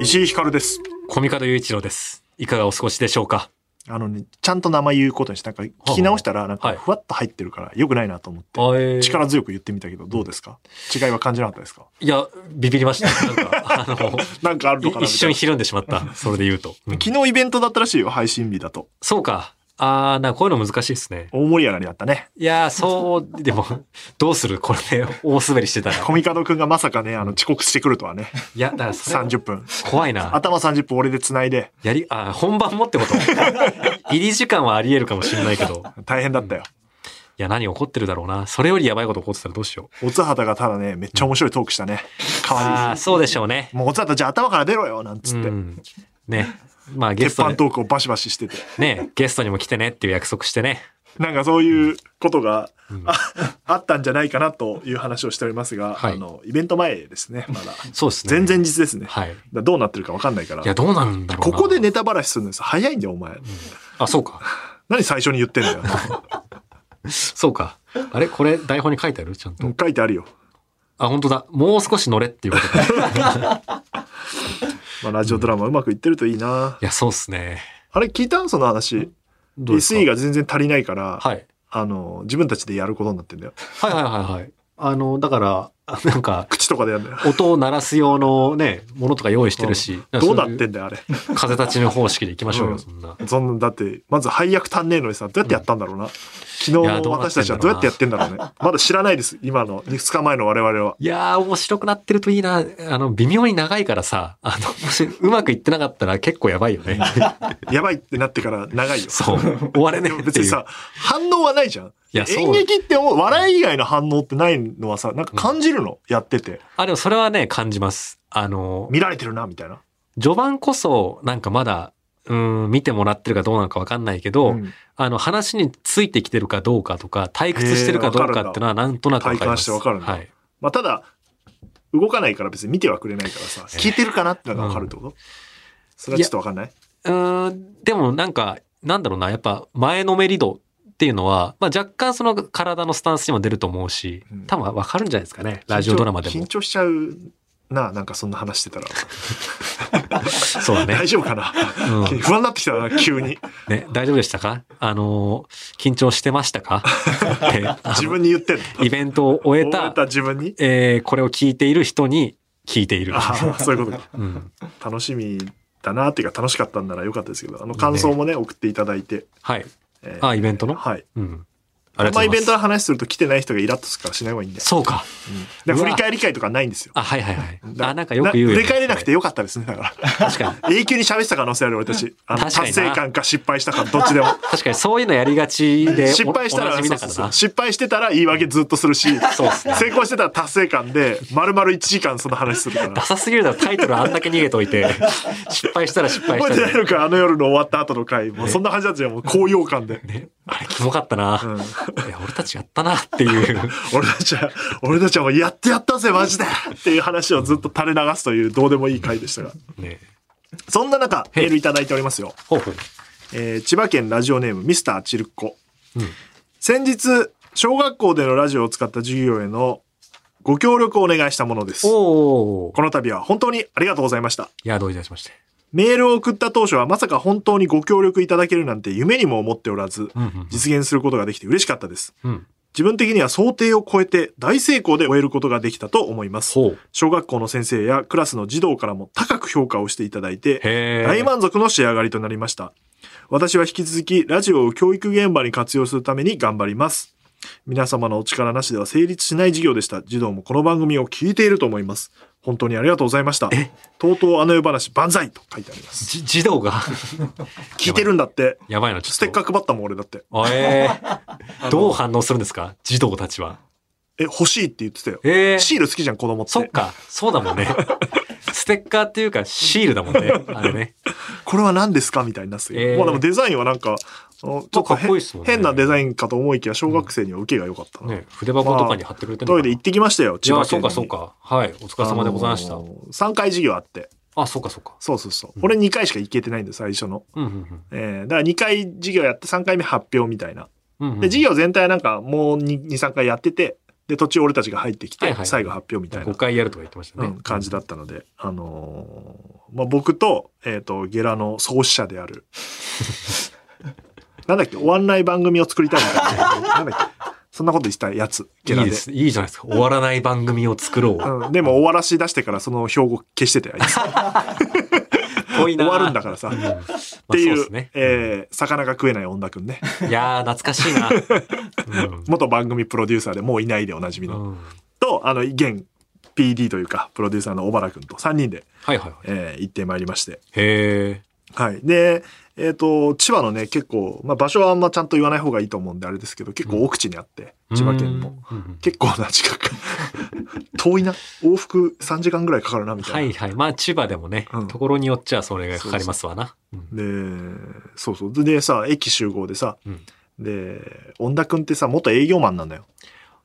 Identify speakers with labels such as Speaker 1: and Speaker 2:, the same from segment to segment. Speaker 1: 石井ひかるです。
Speaker 2: コミカド雄一郎です。いかがお過ごしでしょうか
Speaker 1: あのね、ちゃんと名前言うことにして、なんか聞き直したら、なん
Speaker 2: は
Speaker 1: か
Speaker 2: い
Speaker 1: ふわっと入ってるから、良くないなと思って、力強く言ってみたけど、どうですか違いは感じなかったですか
Speaker 2: いや、ビビりました。なん か、あの、
Speaker 1: なんかあるのか
Speaker 2: い
Speaker 1: な
Speaker 2: 一瞬
Speaker 1: みたい
Speaker 2: ひるんでしまった。それで言うと。うん
Speaker 1: な昨日イベントだったらしいよ、配信日だと。
Speaker 2: そうか。あー、なんかこういうの難しいですね。
Speaker 1: 大盛り上がりだったね。
Speaker 2: いやー、そう、でも、どうするこれで大滑りしてたら。
Speaker 1: コミカドくんがまさかね、あの、遅刻してくるとはね、
Speaker 2: いや、だからそれ
Speaker 1: 30分。
Speaker 2: 怖いな。
Speaker 1: 頭30分俺で繋いで、
Speaker 2: やり、あ、本番もって こと入り時間はあり得るかもしれないけど。
Speaker 1: 大変だったよ。
Speaker 2: いや、何起こってるだろうな。それよりやばいこと起こってたらどうしよう。
Speaker 1: おつはたがただね、めっちゃ面白いトークしたね。代わ
Speaker 2: ああ、そうでしょうね
Speaker 1: り。に。もうおつはたじゃあ頭から出ろよ、なんつ
Speaker 2: う
Speaker 1: って。
Speaker 2: ん。ね。まあ、ゲ
Speaker 1: 鉄
Speaker 2: スト
Speaker 1: 板
Speaker 2: に、
Speaker 1: トークをバシバシしてて。
Speaker 2: ね、ゲストにも来てねっていう約束してね。
Speaker 1: なんかそういうことが、
Speaker 2: うん
Speaker 1: ああったんじゃないかなという話をしておりますが、
Speaker 2: はい
Speaker 1: あのイベント前ですねまだ
Speaker 2: そうですね。
Speaker 1: 前々日ですね、だか
Speaker 2: はい。い
Speaker 1: らどうなってるか分かんないから
Speaker 2: や、どうなるんだろう
Speaker 1: こ
Speaker 2: な。
Speaker 1: こでネタばらしするんです早いんだよお前
Speaker 2: あ、そうか。
Speaker 1: 何最初に言ってんだよ
Speaker 2: そうか。あれこれ台 本に書いてあるちゃんと。
Speaker 1: 書いてあるよ、
Speaker 2: あ、本当だ。もう少し乗れっていうこと か。い
Speaker 1: まあ、ラジオドラマうまくいってるといいな、
Speaker 2: や、そうっすね。
Speaker 1: あれ聞いたその話
Speaker 2: どうですか
Speaker 1: SE が全然足りないから、
Speaker 2: はい。
Speaker 1: あの自分たちでやることになってんだよ
Speaker 2: はいはいはいはい。あの、だから、あなんか、
Speaker 1: 口とかでやるんだよ
Speaker 2: 音を鳴らす用のね、ものとか用意してるし。
Speaker 1: どうなって
Speaker 2: ん
Speaker 1: んだよあれ
Speaker 2: 風立ちの方式でいきましょう
Speaker 1: うん
Speaker 2: よ、そんな。
Speaker 1: そんなだってまず配役足んねえのにさどうやってやったんだろうな、昨
Speaker 2: い
Speaker 1: 日
Speaker 2: やどうなっ
Speaker 1: 私
Speaker 2: て
Speaker 1: たちは
Speaker 2: んだろうな
Speaker 1: どうやってやってんだろうねまだ知らないです今の2日前の我々はい
Speaker 2: やー、面白くなってるといいな。あの、微妙に長いからさ、あの、もしうまくいってなかったら結構やば いよね。
Speaker 1: やばいってなってから長いよ
Speaker 2: そう。終われね
Speaker 1: で
Speaker 2: え
Speaker 1: も
Speaker 2: って
Speaker 1: 別
Speaker 2: い
Speaker 1: に
Speaker 2: う。
Speaker 1: さ反応はないじゃん
Speaker 2: いやそう
Speaker 1: 演劇ってもう笑い以外の反応ってないのはさなんか感じるの、やってて
Speaker 2: あ、でもそれはね、感じます。あの、
Speaker 1: 見られてるなみたいな、
Speaker 2: 序盤こそ、なんかまだ、うん、見てもらってるかどうなのかわかんないけど、
Speaker 1: うん
Speaker 2: あの、話についてきてるかどうかとか、退屈してるかどうかってのは、なんとなくわかります。
Speaker 1: 体感してわかるんだ
Speaker 2: はい。
Speaker 1: まあ、ただ動かないから別に見てはくれないからさ聞いてるかなってのが分かるってこと、それはちょっと分かんないう
Speaker 2: ーん、でもなんか、なんだろうな、やっぱ前のめり度っていうのは、まあ若干その体のスタンスにも出ると思うし
Speaker 1: うん、
Speaker 2: 多分わかるんじゃないですかね、ラジオドラマで
Speaker 1: 緊張緊
Speaker 2: も。
Speaker 1: 張しちゃうななんかそんな話してたら、
Speaker 2: そうだね。
Speaker 1: 大丈夫かな
Speaker 2: うん
Speaker 1: 不安になってきた な急に
Speaker 2: ね、大丈夫でしたかあのー緊張してまし たかってあの
Speaker 1: 自分に言ってんの
Speaker 2: イベントを終え
Speaker 1: 終
Speaker 2: た
Speaker 1: え、た自分に
Speaker 2: えーこれを聞いている人に聞いている。
Speaker 1: ああそういうことか
Speaker 2: うん、
Speaker 1: 楽しみだなっていうか楽しかったんなら良かったですけどあの感想もね送っていただいて、
Speaker 2: はい。
Speaker 1: えー
Speaker 2: あ、イベントの
Speaker 1: はい
Speaker 2: うん。あ
Speaker 1: あ
Speaker 2: りが
Speaker 1: ん
Speaker 2: と
Speaker 1: ま
Speaker 2: う
Speaker 1: イ
Speaker 2: ござ
Speaker 1: ベ
Speaker 2: い
Speaker 1: ン
Speaker 2: ま
Speaker 1: ト
Speaker 2: す。
Speaker 1: の話すると来てない人がイラッとするからしない方がいいんで、
Speaker 2: そうか。
Speaker 1: だから
Speaker 2: う
Speaker 1: 振
Speaker 2: わ
Speaker 1: り返り会とかないんですよ
Speaker 2: あ、はいはいはい。
Speaker 1: だ
Speaker 2: あ、なんかよく言うよ、
Speaker 1: な振り返れなくてよかったですねだから
Speaker 2: 確かに。
Speaker 1: 永久に喋ってた可能性ある俺たちあの
Speaker 2: 確かに
Speaker 1: 達
Speaker 2: な
Speaker 1: 成感か失敗したかどっちでも
Speaker 2: 確かにそういうのやりがちで。
Speaker 1: 失敗した
Speaker 2: おお
Speaker 1: ら
Speaker 2: なじみ
Speaker 1: そうそう
Speaker 2: だから
Speaker 1: そう
Speaker 2: な。
Speaker 1: 失敗してたら言い訳ずっとするし
Speaker 2: そうっすね
Speaker 1: 成功してたら達成感で丸々1時間その話するから
Speaker 2: ダサすぎるだろ、タイトルあんだけ逃げといて。 失敗したら失敗し
Speaker 1: 覚え
Speaker 2: た
Speaker 1: てな
Speaker 2: ら
Speaker 1: い。のかあの夜の終わった後の回もうそんな感じだったよもう高揚感で、
Speaker 2: ね、あれ、キモかったな。
Speaker 1: うん、
Speaker 2: いや俺たちやったなっていう。
Speaker 1: 俺たちは俺たちはもうやってやったぜマジでっていう話をずっと垂れ流すというどうでもいい回でしたが
Speaker 2: ね。
Speaker 1: そんな中メ
Speaker 2: い
Speaker 1: ールいただいておりますよ、
Speaker 2: ほうほう。
Speaker 1: えー千葉県ラジオネームミスターチルッコ
Speaker 2: うん。
Speaker 1: 先日小学校でのラジオを使った授業へのご協力をお願いしたものですこ
Speaker 2: おお。
Speaker 1: の度は本当にありがとうございました
Speaker 2: いや、どういたしまして。
Speaker 1: メールを送った当初はまさか本当にご協力いただけるなんて夢にも思っておらず
Speaker 2: うんうん
Speaker 1: 実現することができて嬉しかったです
Speaker 2: うん。うん。
Speaker 1: 自分的には想定を超えて大成功で終えることができたと思います
Speaker 2: ほう。
Speaker 1: 小学校の先生やクラスの児童からも高く評価をしていただいて、
Speaker 2: へえ。
Speaker 1: 大満足の仕上がりとなりました。私は引き続きラジオを教育現場に活用するために頑張ります。皆様のお力なしでは成立しない授業でした。児童もこの番組を聞いていると思います。本当にありがとうございました。とうとうあの世話万歳と書いてあります。
Speaker 2: じ児童が
Speaker 1: 聞いてるんだって。
Speaker 2: やばいな、ちょっと。
Speaker 1: ステッカー配ったもん俺だって。
Speaker 2: あえー どう反応するんですか児童たちは。
Speaker 1: え、欲しいって言ってたよ。
Speaker 2: えー
Speaker 1: シール好きじゃん子供っ。
Speaker 2: そってか、そうだもんね。 ステッカーっていうかシールだもんね。あれね。
Speaker 1: これは何ですかみたいになってたけど
Speaker 2: えー
Speaker 1: まあでもデザインはなんか、あのちょっと
Speaker 2: かっこいいっすもんね
Speaker 1: 変なデザインかと思いきや、小学生には受けが良かったな。
Speaker 2: ね、筆箱とかに貼ってくれてる
Speaker 1: ト
Speaker 2: の
Speaker 1: イ
Speaker 2: か
Speaker 1: レ
Speaker 2: な
Speaker 1: 行ってきましたよ、
Speaker 2: いや、そうかそうか。はい。お疲れ様でございました。
Speaker 1: 3回授業あって、
Speaker 2: あ、そうかそうか。
Speaker 1: そうそうそう
Speaker 2: う。ん
Speaker 1: 俺2回しか行けてないんだよ、最初の。
Speaker 2: うんうん
Speaker 1: えー、だから2回授業やって3回目発表みたいな。
Speaker 2: うん。うん
Speaker 1: で、授業全体はなんかもう2、3回やってて、で、途中俺たちが入ってき
Speaker 2: は
Speaker 1: て
Speaker 2: いは、い
Speaker 1: 最後発表みたいな
Speaker 2: 5。回やるとか言ってました
Speaker 1: う
Speaker 2: ね。
Speaker 1: ん、感じだったので、あのーまあ、僕と、えっ、と、ゲラの創始者であ る、なんだっけ、終わんない番組を作りたいみたい な。なんだっけ、そんなこと言ってたやつ、
Speaker 2: い
Speaker 1: ゲラ
Speaker 2: い
Speaker 1: で。
Speaker 2: です。いいじゃないですか。終わらない番組を作ろう。
Speaker 1: うん、でも終わらし出してからその標語消してて、あいつ
Speaker 2: 終
Speaker 1: 終わ るんだからさ。
Speaker 2: うんまあ
Speaker 1: ってい
Speaker 2: そう
Speaker 1: う
Speaker 2: ですね。
Speaker 1: えー魚が食えない女くんね。
Speaker 2: いやー、懐かしいな。うん
Speaker 1: 元番組プロデューサーでもういないでおなじみの。
Speaker 2: うん
Speaker 1: と、あの、現 PD というか、プロデューサーの小原くんと3人で、
Speaker 2: はいはいはい。
Speaker 1: えー行ってまいりまして。
Speaker 2: へ
Speaker 1: はい。で、えっ、と、千葉のね、結構、まあ、場所はあんまちゃんと言わない方がいいと思うんで、あれですけど、結構奥地にあって、
Speaker 2: ー
Speaker 1: 千葉県も。。
Speaker 2: うんうん
Speaker 1: 結構な近く。 遠いな。往復3時間ぐらいかかるな、みたいな。
Speaker 2: はいはい。まあ、千葉でもね
Speaker 1: うん、
Speaker 2: ところによっちゃそれがかかりますわな。うん
Speaker 1: で、そうそう。ででさ、駅集合でさ、
Speaker 2: うん
Speaker 1: で、恩田くんってさ、元営業マンなんだよ。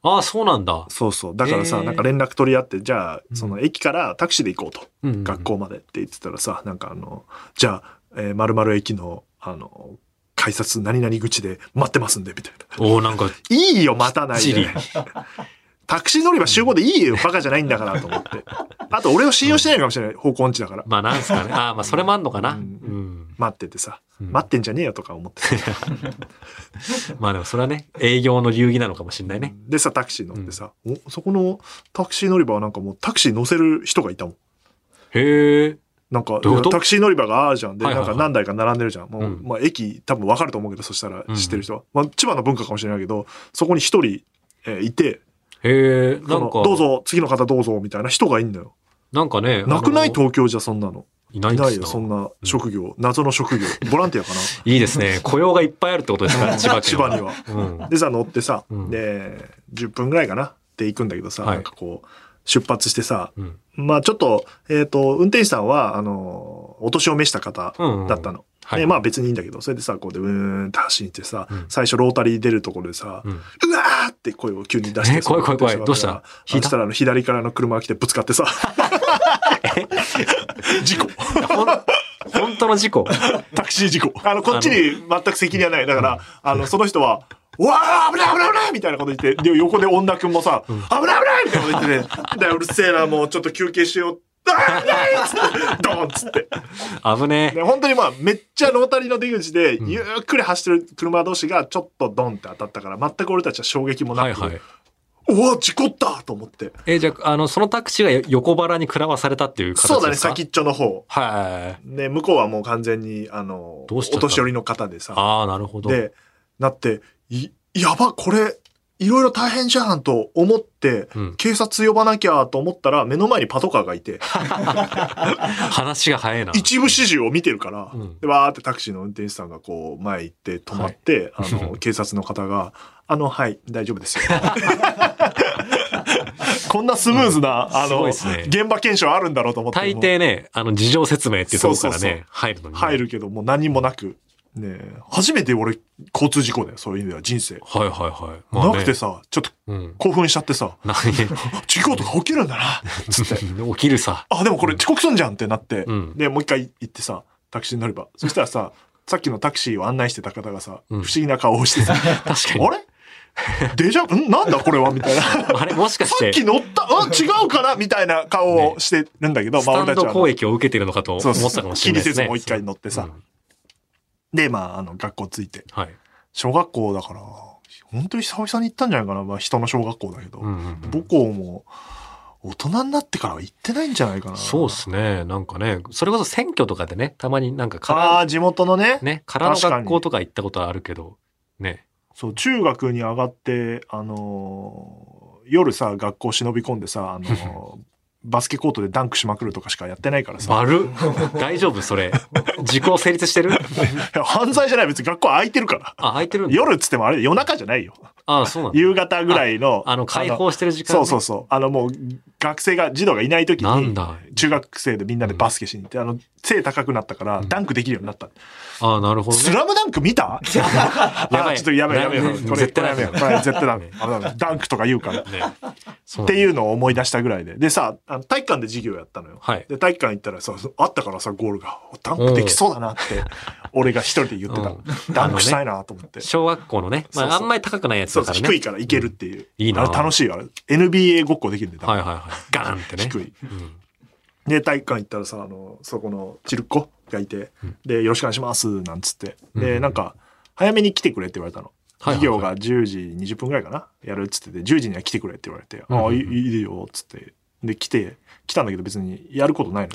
Speaker 2: ああ、そうなんだ。
Speaker 1: そうそう。だからさ、
Speaker 2: へー
Speaker 1: なんか連絡取り合って、じゃあ、
Speaker 2: うん
Speaker 1: その駅からタクシーで行こうと。
Speaker 2: うんうん
Speaker 1: 学。校までって言ってたらさ、なんかあの、じゃあ、えー、〇〇駅の、あの、改札何々口で待ってますんで、みたいな。
Speaker 2: おおなんか、
Speaker 1: いいよ、待たない
Speaker 2: チリ
Speaker 1: で。タクシー乗り場集合でいいよ、バカじゃないんだから、と思って。あと、俺を信用してないかもしれない、方向音痴だから。
Speaker 2: まあ、なんすかね。ああ、まあ、それもあんのかな。
Speaker 1: う
Speaker 2: うんん。
Speaker 1: 待っててさ、
Speaker 2: うん
Speaker 1: 待ってんじゃねえよとか思ってさ
Speaker 2: まあ、でもそれはね、営業の流儀なのかもしれないね。
Speaker 1: でさ、タクシー乗ってさ、おそこのタクシー乗り場はなんかもうタクシー乗せる人がいたもん。
Speaker 2: へえ。
Speaker 1: なんか、
Speaker 2: どういうこと
Speaker 1: タクシー乗り場があるじゃん。で、
Speaker 2: はいはいは
Speaker 1: な
Speaker 2: い
Speaker 1: んか何台か並んでるじゃん。もう、
Speaker 2: うん
Speaker 1: まあ、駅多分わかると思うけど、そしたら
Speaker 2: うん
Speaker 1: 知ってる人は。まあ、千葉の文化かもしれないけど、そこに一人、えーいて、
Speaker 2: へえ。な
Speaker 1: そ
Speaker 2: ん
Speaker 1: の
Speaker 2: か、
Speaker 1: どうぞ、次の方どうぞ、みたいな人がいんだよ。
Speaker 2: なんかね。
Speaker 1: なくない
Speaker 2: あの
Speaker 1: 東京じゃそんなの。
Speaker 2: いない
Speaker 1: い
Speaker 2: ん
Speaker 1: ない
Speaker 2: です
Speaker 1: よ、
Speaker 2: な
Speaker 1: そんな職業。謎の職 業。ボランティアかな
Speaker 2: いいで すね。雇用がいっぱいあるってことですから、千葉県
Speaker 1: 千
Speaker 2: は。
Speaker 1: 葉には。
Speaker 2: うん。
Speaker 1: でさ、乗ってさ、
Speaker 2: うん
Speaker 1: で、10分ぐらいかなって行くんだけどさ、
Speaker 2: はい
Speaker 1: なんかこう、出発してさ、
Speaker 2: うん。
Speaker 1: まあちょっと、えっ、と、運転手さんは、あの、お年を召した方
Speaker 2: うんうん
Speaker 1: だったの。
Speaker 2: はい
Speaker 1: で、まあ別にいいんだけど、それでさ、こうでうーんって走ってさ、
Speaker 2: うん
Speaker 1: 最初ロータリー出るところでさ、う
Speaker 2: うん
Speaker 1: わーって声を急に出して
Speaker 2: え
Speaker 1: さ。
Speaker 2: 怖い怖い怖い
Speaker 1: 運転手が
Speaker 2: どうした
Speaker 1: あの
Speaker 2: 引い
Speaker 1: そ
Speaker 2: た
Speaker 1: したらあの左からの車が来てぶつかってさ、事故。
Speaker 2: いやほん本当の事故。
Speaker 1: タクシー事故。あの、こっちに全く責任はない。だから、あの、その人は、うわあ危ない危ない危ないみたいなこと言って、で、横で女くんもさ、危ない危ないみたいなこと言ってて、だからうるせえな、もうちょっと休憩しよう。あー危ないっつって、ドーンっつって。
Speaker 2: 危ね
Speaker 1: で本当にまあ、めっちゃロータリーの出口で、ゆっくり走ってる車同士がちょっとドンって当たったから、全く俺たちは衝撃も
Speaker 2: え。
Speaker 1: なく、
Speaker 2: はいはい。
Speaker 1: おお、事故ったと思って。
Speaker 2: え、じゃあ、あの、そのタクシーが横腹に食らわされたっていう形ですか
Speaker 1: そうだね、先。っちょの方。
Speaker 2: はい。
Speaker 1: で、向こうはもう完全に、あの、
Speaker 2: ど
Speaker 1: お
Speaker 2: うしちゃったの
Speaker 1: 年寄りの方でさ、
Speaker 2: ああ、なるほど。
Speaker 1: で、なって、いやば、これ、いろいろ大変じゃんと思って、
Speaker 2: うん
Speaker 1: 警察呼ばなきゃと思ったら、目の前にパトカーがい て、
Speaker 2: 話が早いな。
Speaker 1: 一部始終を見てるから、
Speaker 2: うん
Speaker 1: で、わーってタクシーの運転手さんがこう、前行って止まって、あ の、警察の方が、あの、はい、大丈夫ですよ。こんなスムーズな、あ
Speaker 2: すご
Speaker 1: の、
Speaker 2: いですね
Speaker 1: 現場検証あるんだろうと思って。
Speaker 2: 大抵ね、あの、事情説明っていうところから
Speaker 1: そうそうそう
Speaker 2: ね、入るのにね。
Speaker 1: 入るけど、もう何もなく。ねえ初めて俺、交通事故だよ、そういう意味では、人生。
Speaker 2: はいはいはい。まあ
Speaker 1: な
Speaker 2: ね
Speaker 1: くてさ、ちょっと
Speaker 2: うん。
Speaker 1: 興奮しちゃってさ、
Speaker 2: 何
Speaker 1: 事故とか起きるんだな。つって。
Speaker 2: 起きるさ。
Speaker 1: あ、でもこれ遅刻すんじゃんってなって。
Speaker 2: うん
Speaker 1: で、もう一回行ってさ、タクシーに乗れば。そしたらさ、さっきのタクシーを案内してた方がさ、
Speaker 2: うん
Speaker 1: 不思議な顔をして さ、あ
Speaker 2: 確かに。
Speaker 1: れデジャブ、んなんだこれはみたいな。さ
Speaker 2: あれも しかし、
Speaker 1: ってき
Speaker 2: ス
Speaker 1: 乗った、うん違うかなみたいな顔をしてるんだけど、
Speaker 2: タンド
Speaker 1: は
Speaker 2: 攻撃を受けてるのかと思
Speaker 1: そう
Speaker 2: っ
Speaker 1: そ
Speaker 2: たか
Speaker 1: う、
Speaker 2: もし
Speaker 1: 気に
Speaker 2: れないで
Speaker 1: せ
Speaker 2: す
Speaker 1: ず
Speaker 2: ね。
Speaker 1: もう一回乗ってさ。
Speaker 2: うん
Speaker 1: で、まあ、あの、学校着いて。
Speaker 2: はい。
Speaker 1: 小学校だから、本当に久々に行ったんじゃないかな。まあ、人の小学校だけど。
Speaker 2: うんうん
Speaker 1: 母校も、大人になってからは行ってないんじゃないかな。
Speaker 2: そうっすね。なんかね、それこそ選挙とかでね、たまになんか
Speaker 1: あ
Speaker 2: か
Speaker 1: あ、地元のね
Speaker 2: ら、ね、からの
Speaker 1: 確かに
Speaker 2: 学校とか行ったことはあるけど、ね。
Speaker 1: そう、中学に上がって、あのー夜さ、学校忍び込んでさ、あ のーバスケコートでダンクしまくるとかしかやってないからさ。
Speaker 2: 悪っ 大丈夫それ。時効成立してる
Speaker 1: いや犯罪じゃない、別に学校空いてるから。
Speaker 2: あ、空いてるんだ。
Speaker 1: 夜っつってもあれ、夜中じゃないよ。
Speaker 2: ああ、そうなんだ。
Speaker 1: 夕方ぐらいの。
Speaker 2: あの、解放してる時間、
Speaker 1: そう
Speaker 2: ね。
Speaker 1: そうそう。あのもう、学生が、児童がいない時に、
Speaker 2: なんだ。
Speaker 1: 中学生でみんなでバスケしに行って、あの、背高くなったから、ダンクできるようになった。
Speaker 2: ああ、なるほど、
Speaker 1: ス
Speaker 2: ね。
Speaker 1: ラムダンク見た あ
Speaker 2: やばい
Speaker 1: ちょっとやめようやめよう
Speaker 2: や
Speaker 1: こ
Speaker 2: ばい
Speaker 1: れ、これ
Speaker 2: 絶対
Speaker 1: やめよう
Speaker 2: ダメ
Speaker 1: これ絶対 ダメ。危ない危ないダンクとか言うから。っ
Speaker 2: ねそう
Speaker 1: て
Speaker 2: なんだ
Speaker 1: いうのを思い出したぐらいで。でさ、あの体育館で授業やったのよ。
Speaker 2: はい。
Speaker 1: で、体育館行ったらさ、あったからさ、ゴールが、ダンクできそうだなって、俺が一人で言ってたの。ダンクしたいなと思って。
Speaker 2: 小学校のね、
Speaker 1: そ
Speaker 2: ま
Speaker 1: う
Speaker 2: あ、
Speaker 1: そ
Speaker 2: あ
Speaker 1: うん
Speaker 2: まり高くないやつ
Speaker 1: そうそ
Speaker 2: だか
Speaker 1: う、
Speaker 2: らね。
Speaker 1: 低いからいけるっていう。
Speaker 2: いいな
Speaker 1: あれ楽しいよあれ NBA ごっこできるんで、多分
Speaker 2: はいはいはい。ガーンってね。
Speaker 1: 低い。
Speaker 2: うん
Speaker 1: で、体育館行ったらさ、あの、そこのちるっ子がいて、
Speaker 2: うん
Speaker 1: で、よろしくお願いします、なんつって。
Speaker 2: う
Speaker 1: で、
Speaker 2: ん
Speaker 1: なんか、早めに来てくれって言われたの。
Speaker 2: はいは
Speaker 1: 授
Speaker 2: いはい
Speaker 1: 業が10時20分ぐらいかなやるっつってて、10時には来てくれって言われて、
Speaker 2: んうんうん
Speaker 1: ああ、いいいいよ、っつって。で、来て、来たんだけど別にやることない の。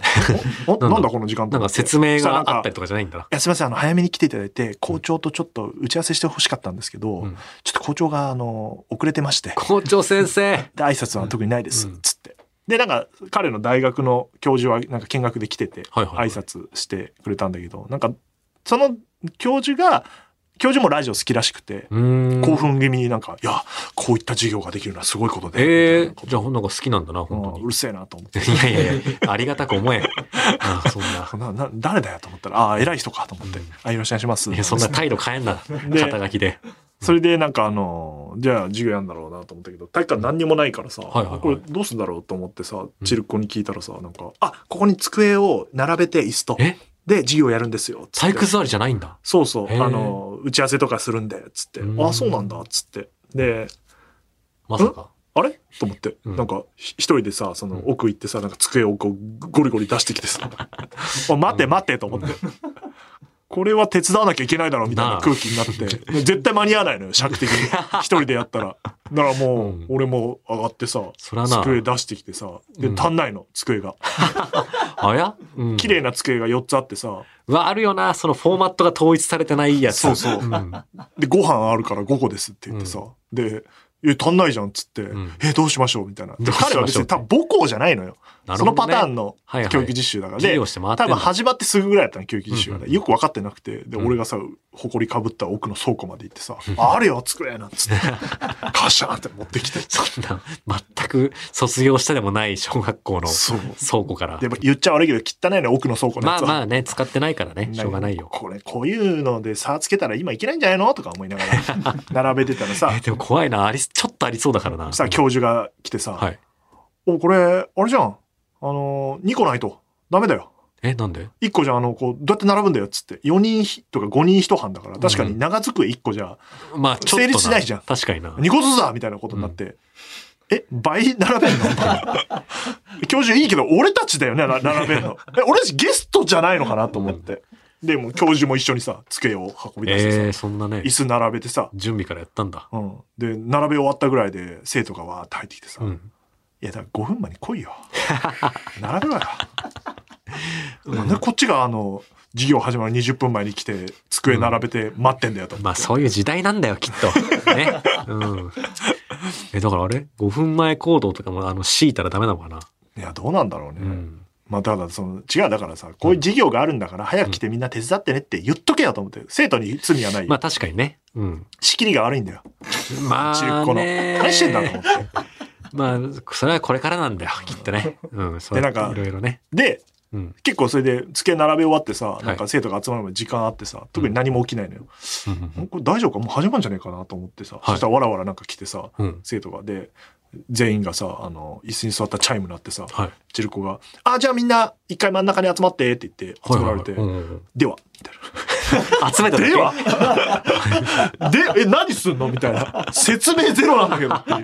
Speaker 1: おお
Speaker 2: なんだ
Speaker 1: なんだこの時間と
Speaker 2: なん
Speaker 1: 思っ
Speaker 2: か
Speaker 1: て
Speaker 2: 説明
Speaker 1: そしたらなん
Speaker 2: が
Speaker 1: か
Speaker 2: あったりとかじゃないんだな。
Speaker 1: いやすみません、あの、早めに来ていただいて、校長とちょっと打ち合わせしてほしかったんですけど、
Speaker 2: うん
Speaker 1: ちょっと校長が、あの、遅れてまして、
Speaker 2: 校長 先生
Speaker 1: で、挨拶は特にないです、
Speaker 2: うん
Speaker 1: つって。で、なんか、彼の大学の教授は、なんか見学で来てて、
Speaker 2: はいはいはい
Speaker 1: 挨拶してくれたんだけど、なんか、その教授が、教授もラジオ好きらしくて、
Speaker 2: うーん。
Speaker 1: 興奮気味になんか、いや、こういった授業ができるのはすごいことで、
Speaker 2: ええ
Speaker 1: みたいなこと
Speaker 2: じゃあ、なんか好きなんだな、本
Speaker 1: う
Speaker 2: 当
Speaker 1: んう
Speaker 2: に。
Speaker 1: るせえなと思って。
Speaker 2: いやいやいや、ありがたく思えん。ああそんな。
Speaker 1: なな誰だよと思ったら、ああ、偉い人かと思って、
Speaker 2: うん
Speaker 1: あよろしくお願いします。
Speaker 2: いやそんな態度変えんな。
Speaker 1: で
Speaker 2: 肩書きで。
Speaker 1: それでなんかあのじゃあ授業やんだろうなと思ったけど体育館何にもないからさ、
Speaker 2: はいはいはい
Speaker 1: これどうすんだろうと思ってさちるっ子に聞いたらさなんか「あここに机を並べて椅子と
Speaker 2: え
Speaker 1: で授業やるんですよ」つっ
Speaker 2: 体
Speaker 1: て
Speaker 2: 育座りじゃないんだ。
Speaker 1: そうそう
Speaker 2: へー
Speaker 1: あの打ち合わせとかするんでつって「
Speaker 2: うん
Speaker 1: あそうなんだ」っつってで
Speaker 2: まさか。
Speaker 1: あれと思って、
Speaker 2: うん
Speaker 1: なんかひ一人でさその
Speaker 2: うん
Speaker 1: 奥行ってさなんか机をこうゴリゴリ出してきて さ「おい待って待って」と思って。これは手伝わなきゃいけないだろうみたい
Speaker 2: な
Speaker 1: な
Speaker 2: あ
Speaker 1: 空気になって、も う絶対間に合わないのよ、尺的に。一人でやったら。だからもう
Speaker 2: うん、
Speaker 1: 俺も上がってさ、
Speaker 2: そらな
Speaker 1: 机出してきてさ、で、
Speaker 2: うん
Speaker 1: 足んないの、机が。
Speaker 2: あやうん。
Speaker 1: 綺麗な机が4つあってさ、
Speaker 2: うわ、あるよな。そのフォーマットが統一されてないやつ。
Speaker 1: そうそう
Speaker 2: うん
Speaker 1: で、ご飯あるから5個ですって言ってさ、で、え、足んないじゃんっつって、
Speaker 2: ん
Speaker 1: え、どうしましょうみたいな。で
Speaker 2: どうしましょう
Speaker 1: 彼は別に多分母校じゃないのよ。
Speaker 2: なるほどね
Speaker 1: そのパターンの
Speaker 2: はいはい
Speaker 1: 教育実習だから。
Speaker 2: 授
Speaker 1: で
Speaker 2: 業して回って
Speaker 1: 多
Speaker 2: んだ
Speaker 1: 分始まってすぐぐらいだったの教育実習がね、
Speaker 2: うんうん
Speaker 1: よく分かってなくてで
Speaker 2: うん
Speaker 1: 俺がさ埃かぶった奥の倉庫まで行ってさ「ああるよ机」なんつって カシャーンって持ってきて
Speaker 2: そんな、全く卒業したでもない小学校の
Speaker 1: そう
Speaker 2: 倉庫から
Speaker 1: で。も言っちゃ悪いけど汚いの奥の倉庫の
Speaker 2: ま
Speaker 1: や
Speaker 2: あ
Speaker 1: つは
Speaker 2: まあね、使ってないからね、しょうがないよ。
Speaker 1: これこういうので差つけたら今いけないんじゃないのとか思いながら 並べてたらさ
Speaker 2: え、でも怖いな。あり、ちょっとありそうだからな。
Speaker 1: さ教授が来てさ「
Speaker 2: はい。
Speaker 1: おこれあれじゃんあの2個ないとダメだよ」
Speaker 2: え、なんで
Speaker 1: 1個じゃあのこうどうやって並ぶんだよっつって4人ひとか5人1班だから確かに長机1個じゃ、
Speaker 2: まあ、ちょっとな。
Speaker 1: 成立しないじゃん
Speaker 2: 確かにな。
Speaker 1: 二個ずつだみたいなことになって、え、倍並べんの 教授いいけど、俺たちだよね、な並べんの。え、俺たちゲストじゃないのかなと思って。で、もう教授も一緒にさ、机を運び出してさ、
Speaker 2: えー、そんなね
Speaker 1: 椅、子並べてさ、
Speaker 2: 準備からやったんだ。
Speaker 1: うん。で、並べ終わったぐらいで、生徒がわーって入ってきてさ、
Speaker 2: う
Speaker 1: い
Speaker 2: ん。
Speaker 1: や、だから5分前に来いよ。 並べろよ。 なんでこっちがあの、授業始まる20分前に来て、机並べて待ってんだよと思って。
Speaker 2: まあ、そういう時代なんだよ、きっと。 ね。うん。え、だからあれ ?5 分前行動とかも、あの、強いたらダメなのかな。
Speaker 1: いや、どうなんだろうね。
Speaker 2: うん。
Speaker 1: まあ、ただその違うだからさこういう事業があるんだから早く来てみんな手伝ってねって言っとけよと思って生徒に罪はないよ、
Speaker 2: まあ、確かにね。うん。
Speaker 1: 仕切りが悪いんだよ
Speaker 2: ま
Speaker 1: ちびっ
Speaker 2: あ
Speaker 1: この
Speaker 2: ね。
Speaker 1: 何してんだと思って
Speaker 2: まあ、それはこれからなんだよ、 きっとね。うん、そう
Speaker 1: で
Speaker 2: や
Speaker 1: なん
Speaker 2: っ
Speaker 1: か
Speaker 2: ていろいろね。
Speaker 1: で
Speaker 2: うん。
Speaker 1: 結構それで机並べ終わってさ
Speaker 2: い
Speaker 1: なんか生徒が集まるまで時間あってさ特に何も起きないのよ、
Speaker 2: うん
Speaker 1: これ大丈夫かもう始まるんじゃねえかなと思ってさ、
Speaker 2: い
Speaker 1: そしたらわらわらなんか来てさ
Speaker 2: うん。
Speaker 1: 生徒がで全員がさあの椅子に座ったらチャイム鳴ってさ
Speaker 2: はい。
Speaker 1: ちる子が「あじゃあみんな一回真ん中に集まって」って言って集められて「
Speaker 2: はいはいはいうんうん
Speaker 1: では」みたいな。
Speaker 2: うん集めただけ
Speaker 1: では で、え、何すんのみたいな。説明ゼロなんだけどってい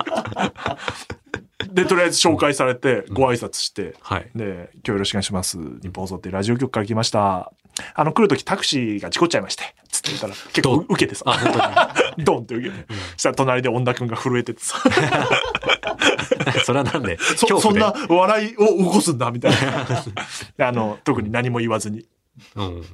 Speaker 1: う。で、とりあえず紹介されて、ご挨拶して、
Speaker 2: はい。
Speaker 1: で、今日よろしくお願いします。日本放送っていうラジオ局から来ました。あの、来るときタクシーが事故っちゃいまして、つって言ったら、結構
Speaker 2: どう
Speaker 1: 受けてさ、
Speaker 2: あ、本
Speaker 1: ドンって受けて。そしたら隣で恩田くんが震えててさ、
Speaker 2: 当に。それはなんで
Speaker 1: そ
Speaker 2: 恐怖
Speaker 1: そん
Speaker 2: で
Speaker 1: な笑いを起こすんだ、みたい な。であの、特に何も言わずに
Speaker 2: うん。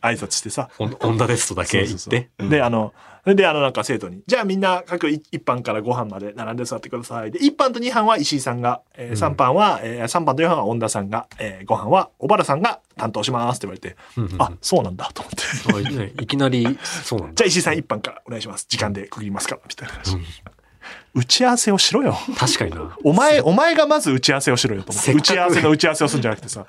Speaker 1: 挨拶してさ、
Speaker 2: オンオンダテストだけ
Speaker 1: そ
Speaker 2: 行
Speaker 1: う
Speaker 2: っ
Speaker 1: そうそう
Speaker 2: て。
Speaker 1: で、あの、それで、あの、なんか生徒に、じゃあみんな各い一班から五班まで並んで座ってください。で、一班と二班は石井さんが、えー、3班は、えー、3班と4班は恩田さんが、えー、5班は小原さんが担当しますって言われて、
Speaker 2: うんうんうん
Speaker 1: あ、そうなんだと思って。
Speaker 2: あいきなりいきなり、そうなん
Speaker 1: じ
Speaker 2: だ。
Speaker 1: ゃあ石井さん一班からお願いします。時間で区切りますから、みたいな話。
Speaker 2: うん
Speaker 1: 打ち合わせをしろよ。
Speaker 2: 確かにな。
Speaker 1: お前、お前がまず打ち合わせをしろよと思って
Speaker 2: せっ
Speaker 1: 打
Speaker 2: かく
Speaker 1: ち合わせの打ち合わせをするんじゃなくてさ、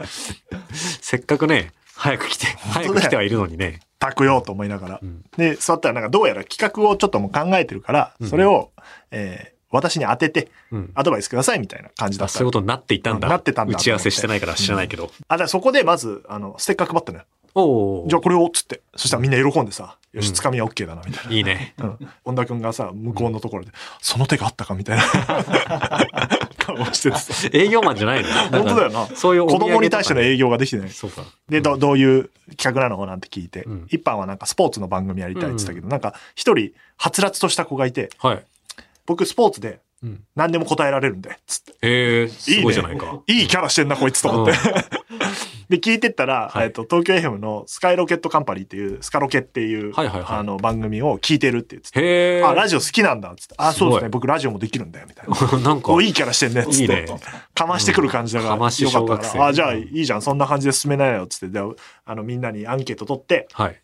Speaker 2: せっかくね、早く来て、
Speaker 1: 当だ
Speaker 2: 早
Speaker 1: よ
Speaker 2: く来てはいるのにね。
Speaker 1: 炊くよと思いながら
Speaker 2: う。ん
Speaker 1: で、座ったらなんかどうやら企画をちょっともう考えてるから、それを、えー私に当てて、
Speaker 2: うん。
Speaker 1: アドバイスくださいみたいな感じだ
Speaker 2: あ
Speaker 1: った
Speaker 2: そういう
Speaker 1: の。
Speaker 2: ことになっていたんだ。
Speaker 1: なってたんだ
Speaker 2: 打ち合わせしてないから知らないけど。
Speaker 1: あ、だからそこでまず、あの、ステッカー配ったのよ。
Speaker 2: おお
Speaker 1: じゃあこれを、つって。そしたらみんな喜んでさ、よし、
Speaker 2: うん
Speaker 1: つかみは OK だな、みたいな。
Speaker 2: いいね。
Speaker 1: うん。本田くんがさ、向こうのところで、その手があったか、みたいな 顔をしててさ。
Speaker 2: 営業マンじゃないの
Speaker 1: 本当だよな。
Speaker 2: そういうお
Speaker 1: 子
Speaker 2: 土産とか
Speaker 1: 供に対しての営業ができてない。
Speaker 2: そうか。
Speaker 1: で、どどういう企画なのなんて聞いて、
Speaker 2: うん
Speaker 1: 一般はなんかスポーツの番組やりたいって言ってたけど、なんか一人、はつらつとした子がいて、
Speaker 2: はい。
Speaker 1: 僕スポーツで
Speaker 2: うん。
Speaker 1: 何でも答えられるんで、つって。い
Speaker 2: えー、
Speaker 1: いね
Speaker 2: すごいじゃないか。
Speaker 1: いいキャラしてんな、こいつと思って。で、聞いてったら、
Speaker 2: はい
Speaker 1: えっと、東京 FM のスカイロケットカンパニーっていう、スカロケっていう、
Speaker 2: はいはいはい
Speaker 1: あの、番組を聞いてるって言ってて、
Speaker 2: へえ。
Speaker 1: あ、ラジオ好きなんだ、つって。あ、
Speaker 2: す
Speaker 1: そ
Speaker 2: ごいう
Speaker 1: ですね。僕ラジオもできるんだよ、みたいな。
Speaker 2: なんか
Speaker 1: お、、いいキャラしてんね、つって。
Speaker 2: いいね
Speaker 1: かましてくる感じだから、
Speaker 2: うんかまし
Speaker 1: よかった
Speaker 2: 小学
Speaker 1: か
Speaker 2: 生
Speaker 1: ら。あ、じゃあいいじゃん、そんな感じで進めないよ、つって。で、あの、みんなにアンケート取って、
Speaker 2: はい。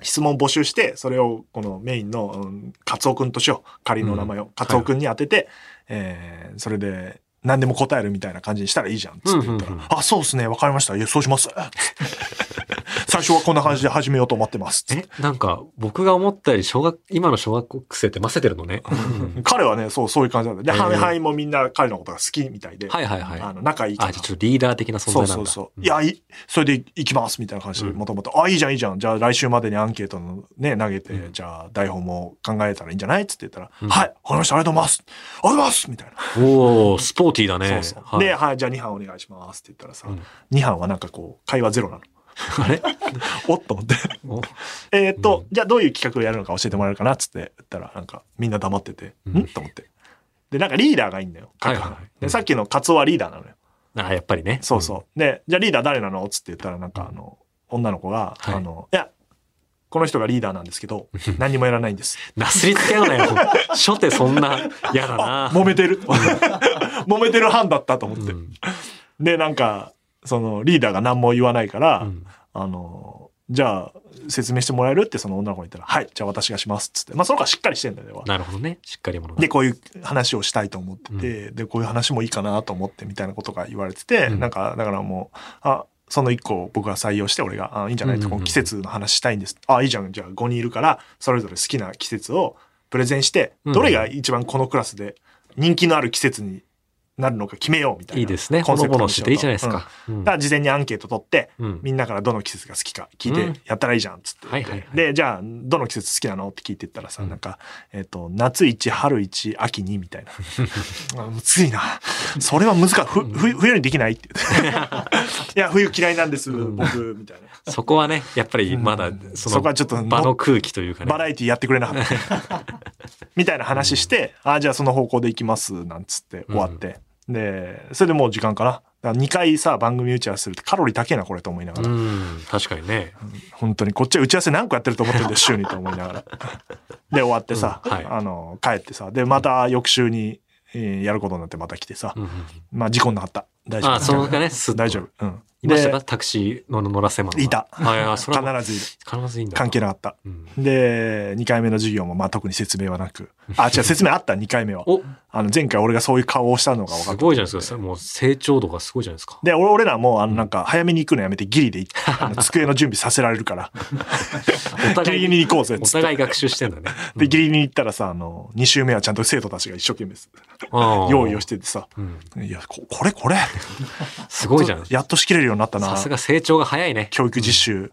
Speaker 1: 質問募集して、それをこのメインの、うん、カツオくんとしよう。仮の名前を。カツオくんに当てて、えーそれで、何でも答えるみたいな感じにしたらいいじゃん。つって言ったら、
Speaker 2: うんうんうん
Speaker 1: あ、そうですね。わかりました。いや、そうします。 最初はこんな感じで始めようと思ってます。つって
Speaker 2: え、なんか、僕が思ったより、小学、今の小学生ってませてるのね。うん
Speaker 1: 彼はね、そう、そういう感じなんだ。で、
Speaker 2: へー
Speaker 1: ハイハイもみんな彼のことが好きみたいで、
Speaker 2: はいはいはい。
Speaker 1: あ
Speaker 2: あ、
Speaker 1: の、仲いい
Speaker 2: じゃ
Speaker 1: から
Speaker 2: あちょっとリーダー的な存
Speaker 1: そ
Speaker 2: 在
Speaker 1: う
Speaker 2: なんだ。
Speaker 1: そうそう。
Speaker 2: ん
Speaker 1: い、や、いそれで行きますみたいな感じで、
Speaker 2: うん
Speaker 1: もともと、あ、いいじゃん、いいじゃん。じゃあ来週までにアンケートのね、投げて、
Speaker 2: うん
Speaker 1: じゃあ台本も考えたらいいんじゃないっつって言ったら、
Speaker 2: うん
Speaker 1: はい、わかりました、ありがとうございます。ありがとうございますみたいな。
Speaker 2: おおスポーティーだね。
Speaker 1: そうそう。
Speaker 2: はい
Speaker 1: で、はい、じゃあ2班お願いしますって言ったらさ、
Speaker 2: うん
Speaker 1: 二2班はなんかこう、会話ゼロなの。
Speaker 2: あれ
Speaker 1: おっと思って。
Speaker 2: お
Speaker 1: えーっと、
Speaker 2: うん
Speaker 1: じゃあどういう企画をやるのか教えてもらえるかなっつって言ったら、なんかみんな黙ってて、
Speaker 2: うん
Speaker 1: んと思って。で、なんかリーダーがいいんだよ。各班
Speaker 2: はいはいはい
Speaker 1: で、さっきのカツオはリーダーなのよ。
Speaker 2: あ、やっぱりね。
Speaker 1: そうそう。で、じゃあリーダー誰なのつって言ったら、なんかあの、女の子が、
Speaker 2: はい
Speaker 1: あの、いや、この人がリーダーなんですけど、何にもやらないん です。
Speaker 2: うん。なすりつけん なよ。初手そんな、やだな。
Speaker 1: 揉めてる。 揉めてる班だったと思って。
Speaker 2: うん
Speaker 1: で、なんか、その、リーダーが何も言わないから、
Speaker 2: うん
Speaker 1: あの、じゃあ、説明してもらえるってその女の子に言ったら、はい、じゃあ私がします。つって。まあ、その子はしっかりしてんだよ、ね。
Speaker 2: なるほどね。しっかり者だ。
Speaker 1: で、こういう話をしたいと思ってて、で、こういう話もいいかなと思ってみたいなことが言われてて、
Speaker 2: うん
Speaker 1: なんか、だからもう、あ、その一個を僕が採用して、俺が、あいいんじゃない
Speaker 2: うんうんうん
Speaker 1: この季節の話したいんです。あ、いいじゃん。じゃあ5人いるから、それぞれ好きな季節をプレゼンして、
Speaker 2: うん
Speaker 1: どれが一番このクラスで人気のある季節になるのか決めようみたいな。
Speaker 2: いいですね。ほのぼのしてていいじゃないです
Speaker 1: うん
Speaker 2: か。うん
Speaker 1: だから事前にアンケート取って、
Speaker 2: うん
Speaker 1: みんなからどの季節が好きか聞
Speaker 2: う
Speaker 1: い
Speaker 2: ん
Speaker 1: てやったらいいじゃんっつって言って、
Speaker 2: はいはいはい
Speaker 1: でじゃあどの季節好きなのって聞いてったらさ、
Speaker 2: うん
Speaker 1: なんか、えっと夏1春1秋2みたい なあむずいなそれは難しいふふ冬にできないっ て言っていや冬嫌いなんです
Speaker 2: うん
Speaker 1: 僕みたいな
Speaker 2: そこはね、やっぱりまだ
Speaker 1: うん、
Speaker 2: そ
Speaker 1: そ
Speaker 2: の
Speaker 1: こはちょっと
Speaker 2: 場の空気というかね。
Speaker 1: バラエティやってくれなかった みたいな話して、あじゃあその方向で行きますなんつって終わって、でそれでもう時間かなだから2回さ番組打ち合わせするってカロリー高えなこれと思いながら
Speaker 2: う。ん、確かにね。
Speaker 1: 本当にこっちは打ち合わせ何個やってると思ってるんだよ週にと思いなが らで終わってさ、
Speaker 2: うんはい
Speaker 1: あの帰ってさでまた翌週に、えーやることになってまた来てさ、
Speaker 2: うんうん
Speaker 1: まあ事故なかった大丈夫
Speaker 2: あ、その他ね、すっと
Speaker 1: 大丈夫うん
Speaker 2: いました
Speaker 1: で
Speaker 2: かタクシーの乗らせマンは。
Speaker 1: いた
Speaker 2: はい はい、それは
Speaker 1: 必ずいる
Speaker 2: 必ずいいんだ。
Speaker 1: 関係なかった
Speaker 2: うん。
Speaker 1: で2回目の授業もまあ特に説明はな くあ違う説明あった2回目は
Speaker 2: お、
Speaker 1: あの前回俺がそういう顔をしたのが分か
Speaker 2: す
Speaker 1: った
Speaker 2: ごいじゃないですか。それもう成長度がすごいじゃないですか。
Speaker 1: で俺俺らもあのなんか早めに行くのやめてギリで行ってあの机の準備させられるから
Speaker 2: お
Speaker 1: ギリ
Speaker 2: 互
Speaker 1: ギ
Speaker 2: い、
Speaker 1: リに行こうぜっ
Speaker 2: お
Speaker 1: つって
Speaker 2: 互い学習してんだね。。
Speaker 1: でギリギリに行ったらさあの2週目はちゃんと生徒たちが一生懸命です用意をしてててさ
Speaker 2: うん
Speaker 1: いや、ここれこれ
Speaker 2: すごいじゃん。
Speaker 1: やっと仕切れるようになったな
Speaker 2: さ。すが成長が早いね。
Speaker 1: 教育実習。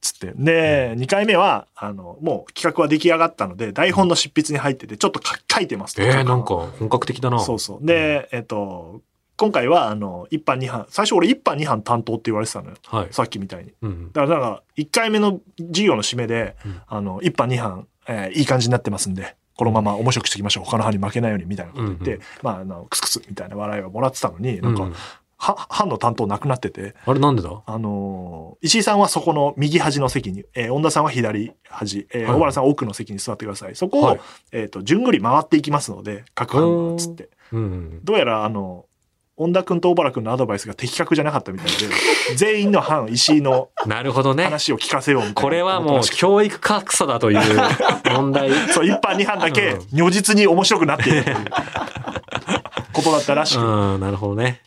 Speaker 1: つって。で、2回目は、あの、もう企画は出来上がったので、台本の執筆に入ってて、ちょっとか書いてますと
Speaker 2: えー、なんか本格的だな。
Speaker 1: そうそう。で、えっと、今回は、あの、一班二班、最初俺一班二班担当って言われてたのよ。
Speaker 2: はい。
Speaker 1: さっきみたいに。
Speaker 2: うん。
Speaker 1: だから、なんか、1回目の授業の締めで、
Speaker 2: うん
Speaker 1: あの、一班二班、えーいい感じになってますんで、このまま面白くしていきましょう。他の班に負けないように、みたいなこと言って、
Speaker 2: うんう
Speaker 1: まあ、あの、クスクスみたいな笑いをもらってたのに、なんか、
Speaker 2: うん
Speaker 1: は、班の担当なくなってて、
Speaker 2: あれなんでだ
Speaker 1: あのー石井さんはそこの右端の席に、えー、恩田さんは左端、えー
Speaker 2: はい
Speaker 1: 小原さんは奥の席に座ってください。そこを、
Speaker 2: はい
Speaker 1: えっ、と、順繰り回っていきますので、各班の、つって。
Speaker 2: うん。
Speaker 1: どうやら、あの、恩田君と小原君のアドバイスが的確じゃなかったみたいで、全員の反石井の
Speaker 2: なるほどね。
Speaker 1: 話を聞かせようみたいな。
Speaker 2: これはもう教育格差だという問 題。
Speaker 1: そう、一班二班だけ
Speaker 2: うん、
Speaker 1: 如実に面白くなっている っていうことだったらしく。
Speaker 2: うん、なるほどね。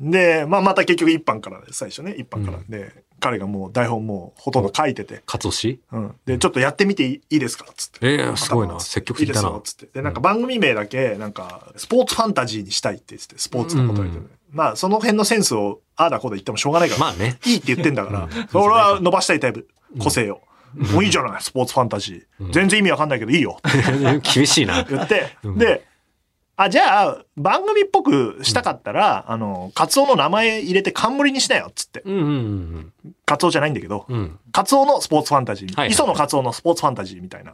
Speaker 1: で、まあ、また結局一班からです、最初ね、一班から。で、彼がもう台本もうほとんど書いてて、
Speaker 2: 勝し
Speaker 1: うん。で、ちょっとやってみていいですかっつって。
Speaker 2: ええすごいな。積極的だ
Speaker 1: いい
Speaker 2: な
Speaker 1: で。すよ、つって。で、なんか番組名だけ、なんか、スポーツファンタジーにしたいって言ってて、スポーツのこと言ってて、
Speaker 2: うん
Speaker 1: まあ、その辺のセンスを、ああだこうだ言ってもしょうがないから、
Speaker 2: まあね。
Speaker 1: いいって言ってんだから、
Speaker 2: うん
Speaker 1: 俺は伸ばしたいタイプ、
Speaker 2: うん
Speaker 1: 個性を。もういいじゃない、スポーツファンタジー。
Speaker 2: うん
Speaker 1: 全然意味わかんないけど、いいよって
Speaker 2: 厳しいな。
Speaker 1: 言 って、
Speaker 2: うん
Speaker 1: で、あ、じゃあ、番組っぽくしたかったら、あの、カツオの名前入れて冠にしなよ、っつって。
Speaker 2: うんうん
Speaker 1: カツオじゃないんだけど、
Speaker 2: うん。うん。
Speaker 1: カツオのスポーツファンタジー。
Speaker 2: はいはい
Speaker 1: 磯野カツオのスポーツファンタジーみたいな。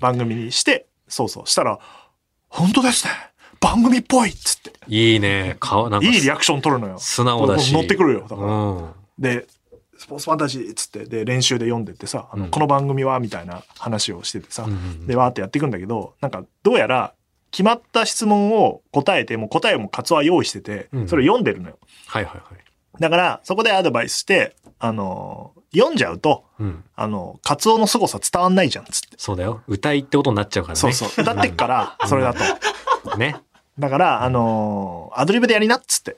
Speaker 1: 番組にして、そうそう。したら、本当ですね。番組っぽいっつって。
Speaker 2: いいね。顔、なんか
Speaker 1: いいリアクション取るのよ。
Speaker 2: 素直だし。
Speaker 1: 乗ってくるよ。だ
Speaker 2: う
Speaker 1: から
Speaker 2: ん。
Speaker 1: で、スポーツファンタジーっつって、で、練習で読んでってさ、あの
Speaker 2: うん
Speaker 1: この番組はみたいな話をしててさ、
Speaker 2: うんうん
Speaker 1: で、わーってやっていくんだけど、なんか、どうやら、決まった質問を答えて、もう答えもカツオは用意してて
Speaker 2: う、ん
Speaker 1: それ読んでるのよ。
Speaker 2: はいはいはい。
Speaker 1: だから、そこでアドバイスして、あのー、読んじゃうと、
Speaker 2: うん。
Speaker 1: あの、カツオの凄さ伝わんないじゃん、つって。
Speaker 2: そうだよ。歌いってことになっちゃうからね。
Speaker 1: そうそう。歌ってっ から、それだと。
Speaker 2: うん。ね。
Speaker 1: だから、あのーアドリブでやりなっつって。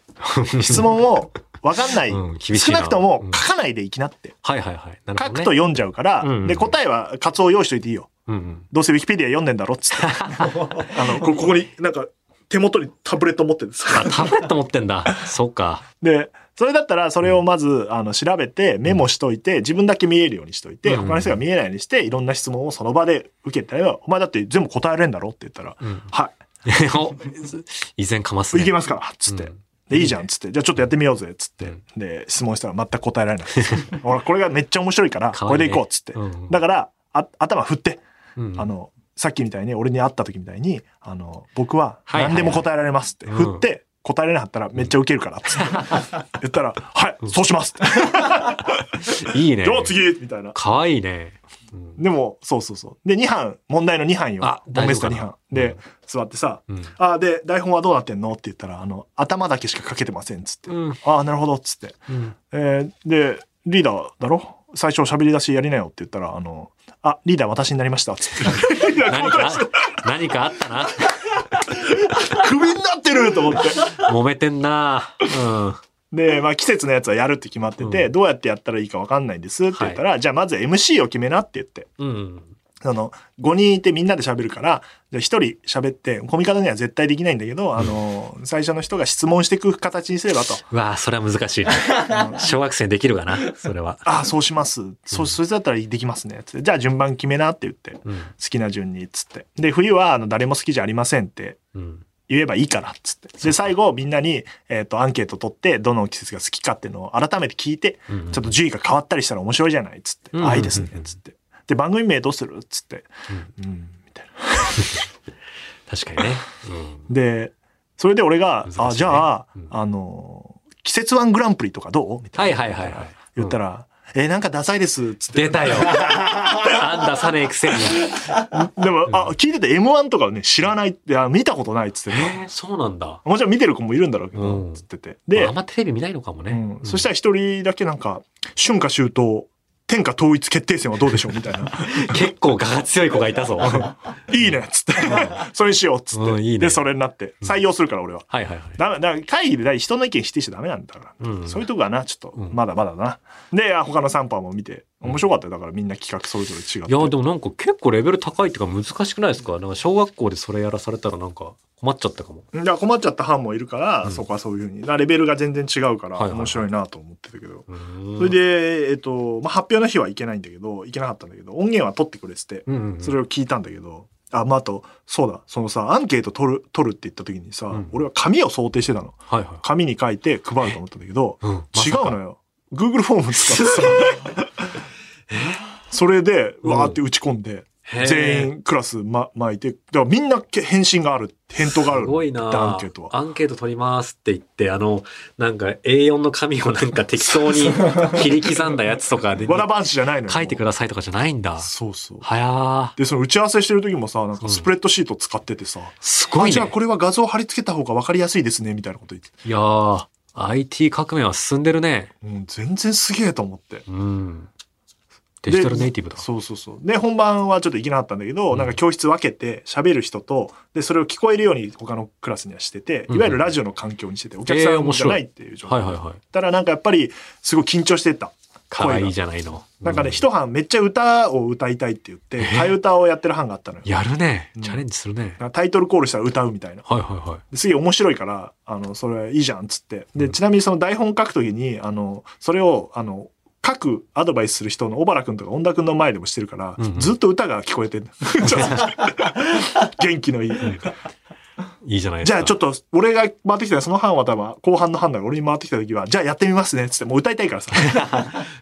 Speaker 1: 質問を分かんない。
Speaker 2: うん厳しい
Speaker 1: 少
Speaker 2: な
Speaker 1: なくとも
Speaker 2: うん
Speaker 1: 書かないでいきなって。
Speaker 2: はいはいはい。なる
Speaker 1: 書
Speaker 2: ほど
Speaker 1: くと
Speaker 2: ね。
Speaker 1: 読んじゃうから、
Speaker 2: うんうん
Speaker 1: で、答えはカツオ用意しといていいよ。
Speaker 2: うんうん。
Speaker 1: どうせウィキペディア読んでんだろっつ って。あの、こここになんか手元にタブレット持ってるんです
Speaker 2: あ、タブレット持ってんだ。 そうか。
Speaker 1: で、それだったらそれをまず、あの、調べてメモしといて、自分だけ見えるようにしといて、
Speaker 2: うんうん
Speaker 1: 他の人が見えないようにして、いろんな質問をその場で受けたら、お前だって全部答えれんだろって言ったら、
Speaker 2: うん。
Speaker 1: は
Speaker 2: お依然かます
Speaker 1: い、
Speaker 2: ね。
Speaker 1: いけますすから、つって。
Speaker 2: うん
Speaker 1: で、いいじゃんっつって、じゃあちょっとやってみようぜっつって、
Speaker 2: うん
Speaker 1: で、質問したら全く答えられない。 俺、これがめっちゃ面白いから、
Speaker 2: か
Speaker 1: こ
Speaker 2: わいい
Speaker 1: れで
Speaker 2: ね
Speaker 1: いこうっつって。
Speaker 2: うん
Speaker 1: だから、あ頭振って、
Speaker 2: うん
Speaker 1: あの、さっきみたいに、俺に会った時みたいに、あの、僕は
Speaker 2: はいはい
Speaker 1: 何でも答えられますって、
Speaker 2: うん
Speaker 1: 振って、答えれなかったらめっちゃウケるからっ つって。言ったら、はい、そうしますって。
Speaker 2: いいね
Speaker 1: じゃあ次みたいな。
Speaker 2: かわいいね、うん
Speaker 1: でも、そうそうそう。で、2班、問題の2班よ。
Speaker 2: あ
Speaker 1: ボ
Speaker 2: 大丈夫かな
Speaker 1: ンベスト2班。
Speaker 2: う
Speaker 1: で
Speaker 2: ん、
Speaker 1: 座ってさ、
Speaker 2: うん
Speaker 1: あーで、台本はどうなってんのって言ったら、あの、頭だけしか書けてませんっつって。
Speaker 2: うん
Speaker 1: ああ、なるほどっつって。
Speaker 2: うん
Speaker 1: えーで、リーダーだろ最初喋り出しやりなよって言ったら、あの、あ、リーダー私になりましたっつ って。いや
Speaker 2: 何かあ何かあったな
Speaker 1: クビになってると思って。
Speaker 2: 揉めてんなうん
Speaker 1: で、まあ季節のやつはやるって決まってて、
Speaker 2: うん
Speaker 1: どうやってやったらいいかわかんないんですって言ったら、じゃあまず MC を決めなって言って。
Speaker 2: うん
Speaker 1: その、5人いてみんなで喋るから、じゃあ1人喋って、コミカドには絶対できないんだけど、あの、最初の人が質問していく形にすればと。
Speaker 2: うわあそれは難しいな小学生にできるかなそれは、
Speaker 1: ああ、そうします。そう、それだったらできますね。つってじゃあ順番決めなって言って、好
Speaker 2: うん
Speaker 1: きな順に、つって。で、冬は、あの、誰も好きじゃありませんって
Speaker 2: うん、
Speaker 1: 言えばいいからっつってで最後みんなに、えー、とアンケート取ってどの季節が好きかっていうのを改めて聞いて、
Speaker 2: うんうん
Speaker 1: ちょっと順位が変わったりしたら面白いじゃないっつって「
Speaker 2: うんうんうん
Speaker 1: あいいですね」っつってで番組名どうするっつってうん、みたいな
Speaker 2: 確かにね、
Speaker 1: でそれで俺が「
Speaker 2: 難しいね
Speaker 1: あじゃあ、
Speaker 2: うん
Speaker 1: あのー季節ワングランプリとかどう?」みたいな
Speaker 2: はいはいはいはい
Speaker 1: 言ったら「えーなんかダサいです」っつっ
Speaker 2: 出
Speaker 1: て
Speaker 2: たよあんださねえくせに
Speaker 1: でも、あ聞いてて m 1とかね知らないってあ見たことないっつって、
Speaker 2: えー、そうなんだ、
Speaker 1: もちろん見てる子もいるんだろうけど、
Speaker 2: うん
Speaker 1: つってて
Speaker 2: ま
Speaker 1: で
Speaker 2: あ、あんまテレビ見ないのかもね、
Speaker 1: うんそしたら一人だけなんか「春夏秋冬天下統一決定戦はどうでしょう?」みたいな
Speaker 2: 結構我が強い子がいたぞは
Speaker 1: 「いいね」っつって「それにしよう」っつって、
Speaker 2: うんいいね
Speaker 1: でそれになって採用するから俺は。
Speaker 2: いはいはい
Speaker 1: だめだから会議で大人の意見否定しちゃダメなんだから、
Speaker 2: うん
Speaker 1: そういうとこはなちょっと
Speaker 2: うん
Speaker 1: まだまだな、であ他の3班も見て面白かったよだからみんな企画それぞれ違って
Speaker 2: いやでもなんか結構レベル高いっていうか難しくないですかなんか小学校でそれやらされたらなんか困っちゃったかも。
Speaker 1: だから困っちゃった班もいるから、
Speaker 2: うん
Speaker 1: そこはそういうふうにだからレベルが全然違うから
Speaker 2: はいはいはい
Speaker 1: 面白いなと思ってたけど、
Speaker 2: そ
Speaker 1: それ、で、えっとまあ、発表の日はいけないんだけどいけなかったんだけど音源は取ってくれてて、
Speaker 2: うんうんうん、
Speaker 1: それを聞いたんだけど、あ、まあ、あと、そうだ、そのさ、アンケート取る、取るって言った時にさ、
Speaker 2: うん
Speaker 1: 俺は紙を想定してたの。
Speaker 2: はいは
Speaker 1: 紙に書いて配ると思ったんだけど、
Speaker 2: い。うん、 ま
Speaker 1: 違
Speaker 2: さか
Speaker 1: うのよ。Google フォーム使ってさ、それで、わーって打ち込んで、全
Speaker 2: 員
Speaker 1: 員クラス、ま、巻いて、だからみんなけ返信がある、返答がある。
Speaker 2: すごいな
Speaker 1: アンケートは
Speaker 2: アンケート取りますって言って、あの、なんか A4 の紙をなんか適当に切り刻んだやつとかで
Speaker 1: わらばんしじゃないのよ。
Speaker 2: 書いてくださいとかじゃないんだ。
Speaker 1: そうそう。
Speaker 2: はやー。
Speaker 1: で、その打ち合わせしてる時もさ、なん
Speaker 2: う
Speaker 1: か
Speaker 2: ん
Speaker 1: スプレッドシート使っててさ、
Speaker 2: すごい
Speaker 1: あじゃあ
Speaker 2: ね。
Speaker 1: これは画像貼り付けた方が分かりやすいですね、みたいなこと言って。
Speaker 2: いやー、IT 革命は進んでるね。
Speaker 1: うん、全然すげえと思って。
Speaker 2: うん。デジタルネイティブだ。
Speaker 1: そうそうそう。で、本番はちょっと行けなかったんだけど、
Speaker 2: うん
Speaker 1: なんか教室分けて喋る人と、で、それを聞こえるように他のクラスにはしてて、いわゆるラジオの環境にしてて、お客さ
Speaker 2: えー
Speaker 1: ん
Speaker 2: 面
Speaker 1: じ
Speaker 2: 白い
Speaker 1: ゃないっていう状態。
Speaker 2: はいはいはい。
Speaker 1: たらなんかやっぱり、すごい緊張してた。
Speaker 2: 可愛いじゃないの。
Speaker 1: なんかね、
Speaker 2: う
Speaker 1: 一班めっちゃ歌を歌いたいって言って、
Speaker 2: え
Speaker 1: 替え歌をやってる班があったのよ。
Speaker 2: やるね
Speaker 1: う。ん
Speaker 2: チャレンジするね。
Speaker 1: なんかタイトルコールしたら歌うみたいな。
Speaker 2: はいはいはい。
Speaker 1: ですげえ面白いから、あの、それいいじゃんっつって。
Speaker 2: う
Speaker 1: で、
Speaker 2: ん
Speaker 1: ちなみにその台本書くときに、あの、それを、あの、書くアドバイスする人の小原くんとか恩田くんの前でもしてるから、
Speaker 2: うんうん
Speaker 1: ずっと歌が聞こえて る元気のいい。
Speaker 2: いいじゃないです
Speaker 1: じ
Speaker 2: か。
Speaker 1: ゃあちょっと、俺が回ってきたらその班は多分、後半の班だから俺に回ってきたときは、じゃあやってみますねっつって、もう歌いたいから さ。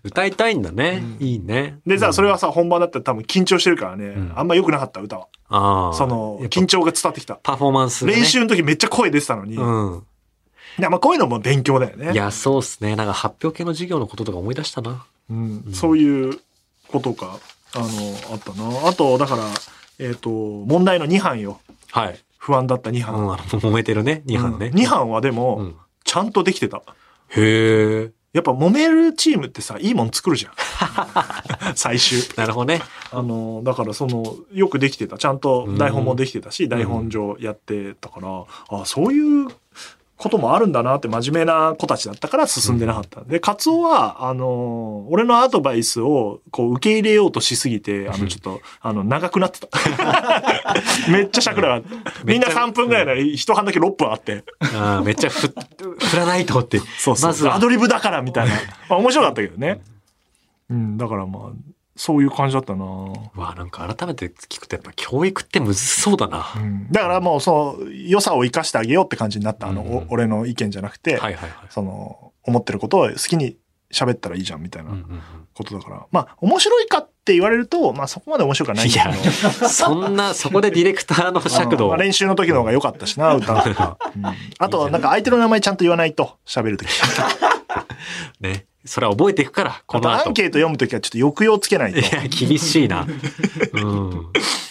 Speaker 2: 歌いたいんだね。
Speaker 1: うん
Speaker 2: いいね。
Speaker 1: で
Speaker 2: う
Speaker 1: さ、
Speaker 2: ん
Speaker 1: それはさ、本番だったら多分緊張してるからね、
Speaker 2: うん
Speaker 1: あんま良くなかった歌は。
Speaker 2: ああ。
Speaker 1: その、
Speaker 2: やっぱ
Speaker 1: 緊張が伝わってきた。
Speaker 2: パフォーマンスがね。
Speaker 1: 練習の時めっちゃ声出てたのに。
Speaker 2: うん。
Speaker 1: でまあこういうのも勉強だよね。
Speaker 2: いや、そうっすね。なんか発表系の授業のこととか思い出したな。
Speaker 1: うん
Speaker 2: うん
Speaker 1: そういうことか、あの、あったな。あと、だから、えっ、と、問題の2班よ。
Speaker 2: はい。
Speaker 1: 不安だった2
Speaker 2: うん、
Speaker 1: 班。
Speaker 2: あの、揉めてるね。2班ね。
Speaker 1: うん二班はでも、
Speaker 2: うん。
Speaker 1: ちゃんとできてた。
Speaker 2: へえ。
Speaker 1: やっぱ揉めるチームってさ、いいもん作るじゃ ん。最終。
Speaker 2: なるほどね。
Speaker 1: あの、だからその、よくできてた。ちゃんと台本もできてたし、台本上やってたから、あそういうこともあるんだなって真面目な子たちだったから進んでなかった。で、カツオは、あの、俺のアドバイスをこう受け入れようとしすぎて、あ
Speaker 2: うん
Speaker 1: の、ちょっと、あの、長くなってた。 めっちゃ尺長かった。みんな3分ぐらいなら、一班だけ6分あって。
Speaker 2: あーめっちゃ振、 振らないとって。
Speaker 1: そうそう。
Speaker 2: まずは
Speaker 1: アドリブだからみたいな。まあ面白かったけどね。うん、だからまあ、そういう感じだったな
Speaker 2: うわ、なんか改めて聞くとやっぱ教育ってむずそ うだな。
Speaker 1: だからもうその良さを生かしてあげようって感じになった、あの、
Speaker 2: うんうん
Speaker 1: お俺の意見じゃなくて、
Speaker 2: はいはいはい。
Speaker 1: その思ってることを好きに喋ったらいいじゃんみたい
Speaker 2: うんう
Speaker 1: なんことだから、まあ面白いかって言われると、まあそこまで面白くはないんだけど
Speaker 2: うんそんな、そこでディレクターの尺度
Speaker 1: ま
Speaker 2: を
Speaker 1: あ、練習の時の方が良かったしな、歌とか。 うんあと、なんか相手の名前ちゃんと言わないと、喋 る時
Speaker 2: ね。それは覚えていくから、こ
Speaker 1: あ
Speaker 2: の
Speaker 1: とア
Speaker 2: 後
Speaker 1: ン。ケート読む時はちょっと抑揚つけ ないと
Speaker 2: い。や、厳しいな。うん。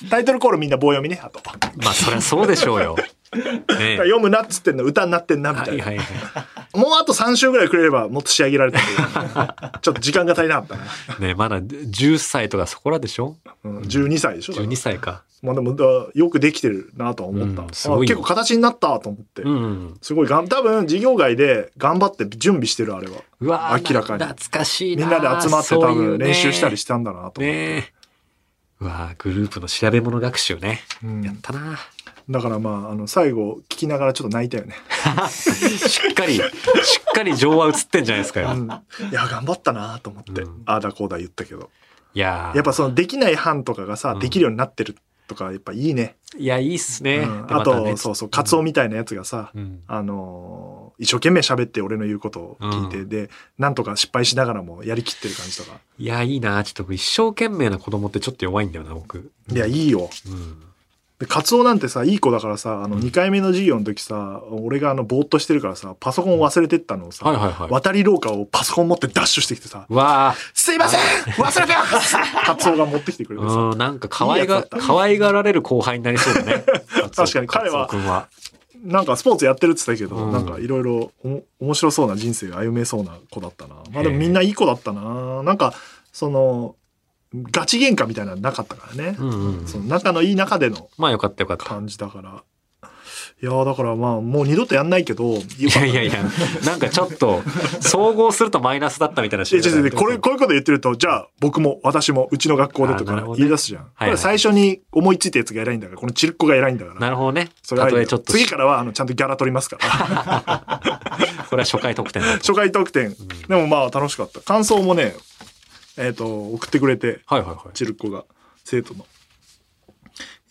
Speaker 1: タイトルコールみんな棒読みね、あと。だか
Speaker 2: まあ、そりゃそうでしょうよ。ね
Speaker 1: ら読むなっつってんの、歌になってんな、み
Speaker 2: は
Speaker 1: たい
Speaker 2: い
Speaker 1: な。
Speaker 2: はいはい。
Speaker 1: もうあと3週ぐらいくれればもっと仕上げられたんだけどちょっと時間が足りなかったな。
Speaker 2: ねまだ10歳とかそこらでしょ
Speaker 1: うん、12歳でしょだから
Speaker 2: ?12 歳か。
Speaker 1: まあでもだからよくできてるなとは思った、
Speaker 2: うんす
Speaker 1: あ
Speaker 2: ごい
Speaker 1: 結
Speaker 2: よ
Speaker 1: 構形になったと思って、
Speaker 2: うん。
Speaker 1: すごいがん多分事業外で頑張って準備してるあれは
Speaker 2: うわー
Speaker 1: 明らかに
Speaker 2: 懐かしい
Speaker 1: みん
Speaker 2: な
Speaker 1: なで集まって多
Speaker 2: そういう
Speaker 1: 分
Speaker 2: ね
Speaker 1: 練習したりしたんだなと思って
Speaker 2: ねえ。うわーグループの調べ物学習ね。
Speaker 1: うん
Speaker 2: やったな
Speaker 1: だからまああの最後聞きながらちょっと泣いたよね、
Speaker 2: しっかり、しっかり情は映ってんじゃないですか
Speaker 1: う
Speaker 2: よ。
Speaker 1: ん、 いや頑張ったなと思って、
Speaker 2: うん
Speaker 1: ああだこうだ言ったけど
Speaker 2: いやー
Speaker 1: やっぱそのできない班とかがさ、
Speaker 2: うん
Speaker 1: できるようになってるとかやっぱいいね、
Speaker 2: いや、いいっすね。
Speaker 1: うん
Speaker 2: で
Speaker 1: あと、
Speaker 2: またね
Speaker 1: そうそうカツオみたいなやつがさ、
Speaker 2: うん。
Speaker 1: あのー一生懸命喋って俺の言うことを聞いて、
Speaker 2: う
Speaker 1: で、なんとか失敗しながらもやりきってる感じとか。
Speaker 2: いや、いいなちょっと一生懸命な子供ってちょっと弱いんだよな、僕。
Speaker 1: いや、いいよ。
Speaker 2: うん。
Speaker 1: で、カツオなんてさ、いい子だからさ、あの、2回目の授業の時さ、俺があの、ぼーっとしてるからさ、パソコンを忘れてったのをさ、
Speaker 2: はいはいはい。
Speaker 1: 渡り廊下をパソコン持ってダッシュしてきてさ、
Speaker 2: わ
Speaker 1: すいません 忘れてますカツオが持ってきてくれてさ、
Speaker 2: あ、うん、なんか可愛
Speaker 1: いいや
Speaker 2: が、
Speaker 1: つだった
Speaker 2: 可愛がられる後輩になりそうだ ね。
Speaker 1: 確かに彼は
Speaker 2: 松尾君は。
Speaker 1: なんかスポーツやってるって言ってたけど、
Speaker 2: うん
Speaker 1: なんかいろいろおも面白そうな人生が歩めそうな子だったな。まあでもみんないい子だったな。なんか、その、ガチ喧嘩みたいなのなかったからね。
Speaker 2: うんうん。
Speaker 1: その仲のいい中での
Speaker 2: まあよかったよかった。
Speaker 1: 感じだから。いやーだからまあもう二度とやんないけど、い
Speaker 2: いやいやいや、なんかちょっと、総合するとマイナスだったみたいな
Speaker 1: え、
Speaker 2: シ
Speaker 1: 違う
Speaker 2: ーン
Speaker 1: 違う違うこれ、こういうこと言ってると、じゃあ、僕も、私も、うちの学校でと
Speaker 2: あーなる
Speaker 1: か
Speaker 2: ほどね
Speaker 1: 言い出すじゃん。
Speaker 2: はい
Speaker 1: これ最初に思いついたやつが偉いんだから、このちるっこが偉いんだから。
Speaker 2: なるほどね。
Speaker 1: それは
Speaker 2: たとえちょっと、
Speaker 1: 次からは、あの、ちゃんとギャラ取りますから。
Speaker 2: これは初回特典だと。
Speaker 1: 初回特典。
Speaker 2: うん
Speaker 1: でもまあ、楽しかった。感想もね、えっ、と、送ってくれて、
Speaker 2: はいはいはい。
Speaker 1: ちるっこが、生徒の。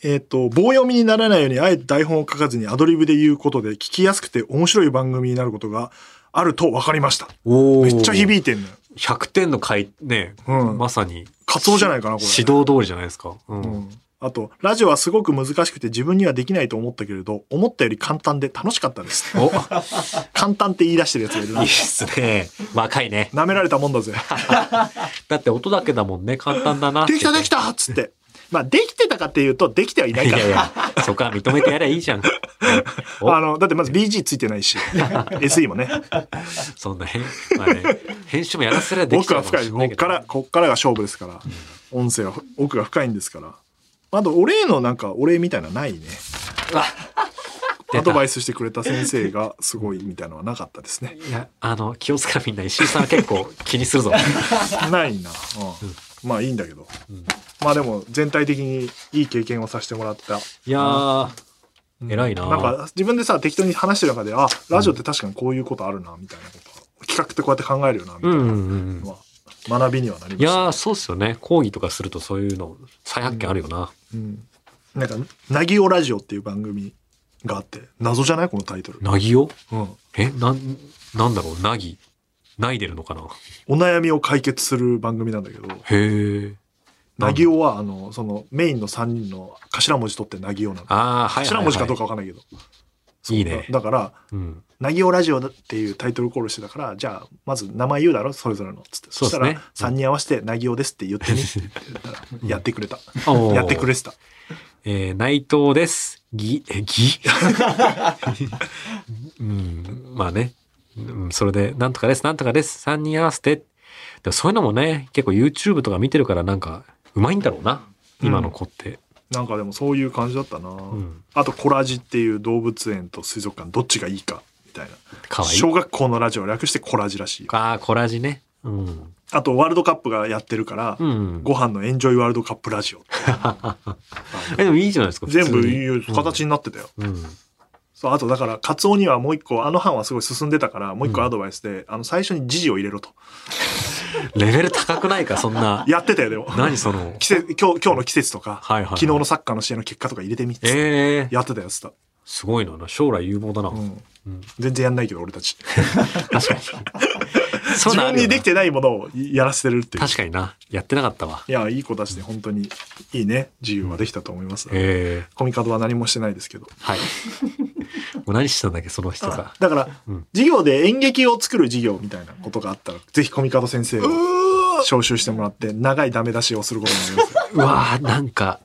Speaker 1: えっ、と、棒読みにならないように、あえて台本を書かずにアドリブで言うことで、聞きやすくて面白い番組になることがあると分かりました。
Speaker 2: お
Speaker 1: めっちゃ響いてんのよ。
Speaker 2: 100点の回、ね、
Speaker 1: うん
Speaker 2: まさに。
Speaker 1: カツオじゃないかな、これ。
Speaker 2: 指導通りじゃないですか。うん。
Speaker 1: うんあと、ラジオはすごく難しくて自分にはできないと思ったけれど、思ったより簡単で楽しかったです。
Speaker 2: お、い
Speaker 1: 簡単って言い出してるやつがいる
Speaker 2: い
Speaker 1: な
Speaker 2: っ。すね。若いね。
Speaker 1: 舐められたもんだ ぜ。
Speaker 2: だって音だけだもんね。簡単だな。
Speaker 1: できたでき
Speaker 2: た
Speaker 1: たっつって。まあ、できてたかっていうと、できてはいない
Speaker 2: い
Speaker 1: から。
Speaker 2: やいや、そこは認めてやりゃいいじゃん。お
Speaker 1: あの、だってまず BG ついてない し、SE もね。
Speaker 2: そんな変、まあ ね、編集もやらせりゃできち
Speaker 1: 奥
Speaker 2: ゃ
Speaker 1: が
Speaker 2: うか
Speaker 1: 深
Speaker 2: もし
Speaker 1: い。
Speaker 2: れ
Speaker 1: こ
Speaker 2: ない
Speaker 1: っ
Speaker 2: けど
Speaker 1: から、こっからが勝負ですから。音声は奥が深いんですから。あと、お礼のなんか、お礼みたいなの ないね。
Speaker 2: 出た
Speaker 1: アドバイスしてくれた先生がすごいみたいなのはなかったですね。
Speaker 2: いや、あの、気をつけろみんな。石井さんは結構気にす るぞ。
Speaker 1: ないな。うん、まあ、いいんだけど。
Speaker 2: うん
Speaker 1: まあでも全体的にいい経験をさせてもらった。
Speaker 2: いやー、
Speaker 1: うん
Speaker 2: 偉いな
Speaker 1: なんか自分でさ、適当に話してる中で、あ、ラジオって確かにこういうことあるな、みたいなこと。企画ってこうやって考えるよな、みた
Speaker 2: う
Speaker 1: い
Speaker 2: ん
Speaker 1: な
Speaker 2: うんうん
Speaker 1: の。は学びにはなりま
Speaker 2: い
Speaker 1: した。
Speaker 2: やー、そうっすよね。講義とかするとそういうの再発見あるよな。
Speaker 1: うん、なんか、なぎおラジオっていう番組があって、謎じゃないこのタイトル。
Speaker 2: なぎよ
Speaker 1: うん。
Speaker 2: え、なん、なんだろうなぎ。ないでるのかな
Speaker 1: お悩みを解決する番組なんだけど、
Speaker 2: へえ。
Speaker 1: なぎおは、あの、そのメインの3人の頭文字取ってなぎおなの。
Speaker 2: ああ、はいはい、はい。
Speaker 1: 頭文字かどうかわかんないけど。そう
Speaker 2: いいね
Speaker 1: だから、
Speaker 2: うん。
Speaker 1: なぎおラジオだっていうタイトルコールしてたから、じゃあ、まず名前言うだろ、それぞれの。つって。
Speaker 2: そう
Speaker 1: そ
Speaker 2: で
Speaker 1: し
Speaker 2: す
Speaker 1: たら、3
Speaker 2: ね
Speaker 1: 人合わせて、なぎおですって言ってね。って言ったら、やってくれた。
Speaker 2: おー
Speaker 1: やってくれ。てた。
Speaker 2: えー、内藤です。ぎ、 え、ぎうん、まあね。うん、それで、なんとかです、なんとかです。3人合わせて。でもそういうのもね、結構 YouTube とか見てるからなんか、うまいんだろうな。今の子って。
Speaker 1: なんかでもそういう感じだったな、
Speaker 2: ん
Speaker 1: あと、コラジっていう動物園と水族館、どっちがいいか、みたいな。
Speaker 2: かわいい。
Speaker 1: 小学校のラジオ略してコラジらしい。
Speaker 2: ああ、コラージね。うん。
Speaker 1: あと、ワールドカップがやってるから、
Speaker 2: うん。
Speaker 1: ご飯のエンジョイワールドカップラジオっていうのが。
Speaker 2: え、でもいいじゃないですか。普通
Speaker 1: 全
Speaker 2: に
Speaker 1: 部いう形になってたよ。
Speaker 2: うん。
Speaker 1: そう、あとだから、カツオにはもう一個、あの班はすごい進んでたから、もう一個アドバイスで、あの、最初に時事を入れろと。
Speaker 2: レベル高くないか、そんな。
Speaker 1: やってたよ、でも。
Speaker 2: 何その。
Speaker 1: 季節今日今日の季節とか、
Speaker 2: はいはいはい
Speaker 1: 昨日のサッカーの試合の結果とか入れてみっつって
Speaker 2: ええ
Speaker 1: やってたやつだ、
Speaker 2: すごいな。将来有望だな。
Speaker 1: うん
Speaker 2: うん
Speaker 1: 全然やんないけど俺たち
Speaker 2: 確かに。 そう
Speaker 1: 自
Speaker 2: な
Speaker 1: 分にできてないものをやらせてるっていう
Speaker 2: 確かにな。やってなかったわ。
Speaker 1: いやいい子たちで本当にいいね自由はできたと思います、
Speaker 2: ええ
Speaker 1: コミカドは何もしてないですけど
Speaker 2: はい。 もう何してたんだっけ、その人が
Speaker 1: あ。だから、
Speaker 2: うん
Speaker 1: 授業で演劇を作る授業みたいなことがあったらぜひコミカド先生を招集してもらって長いダメ出しをすることになりますよ
Speaker 2: うわーなんか、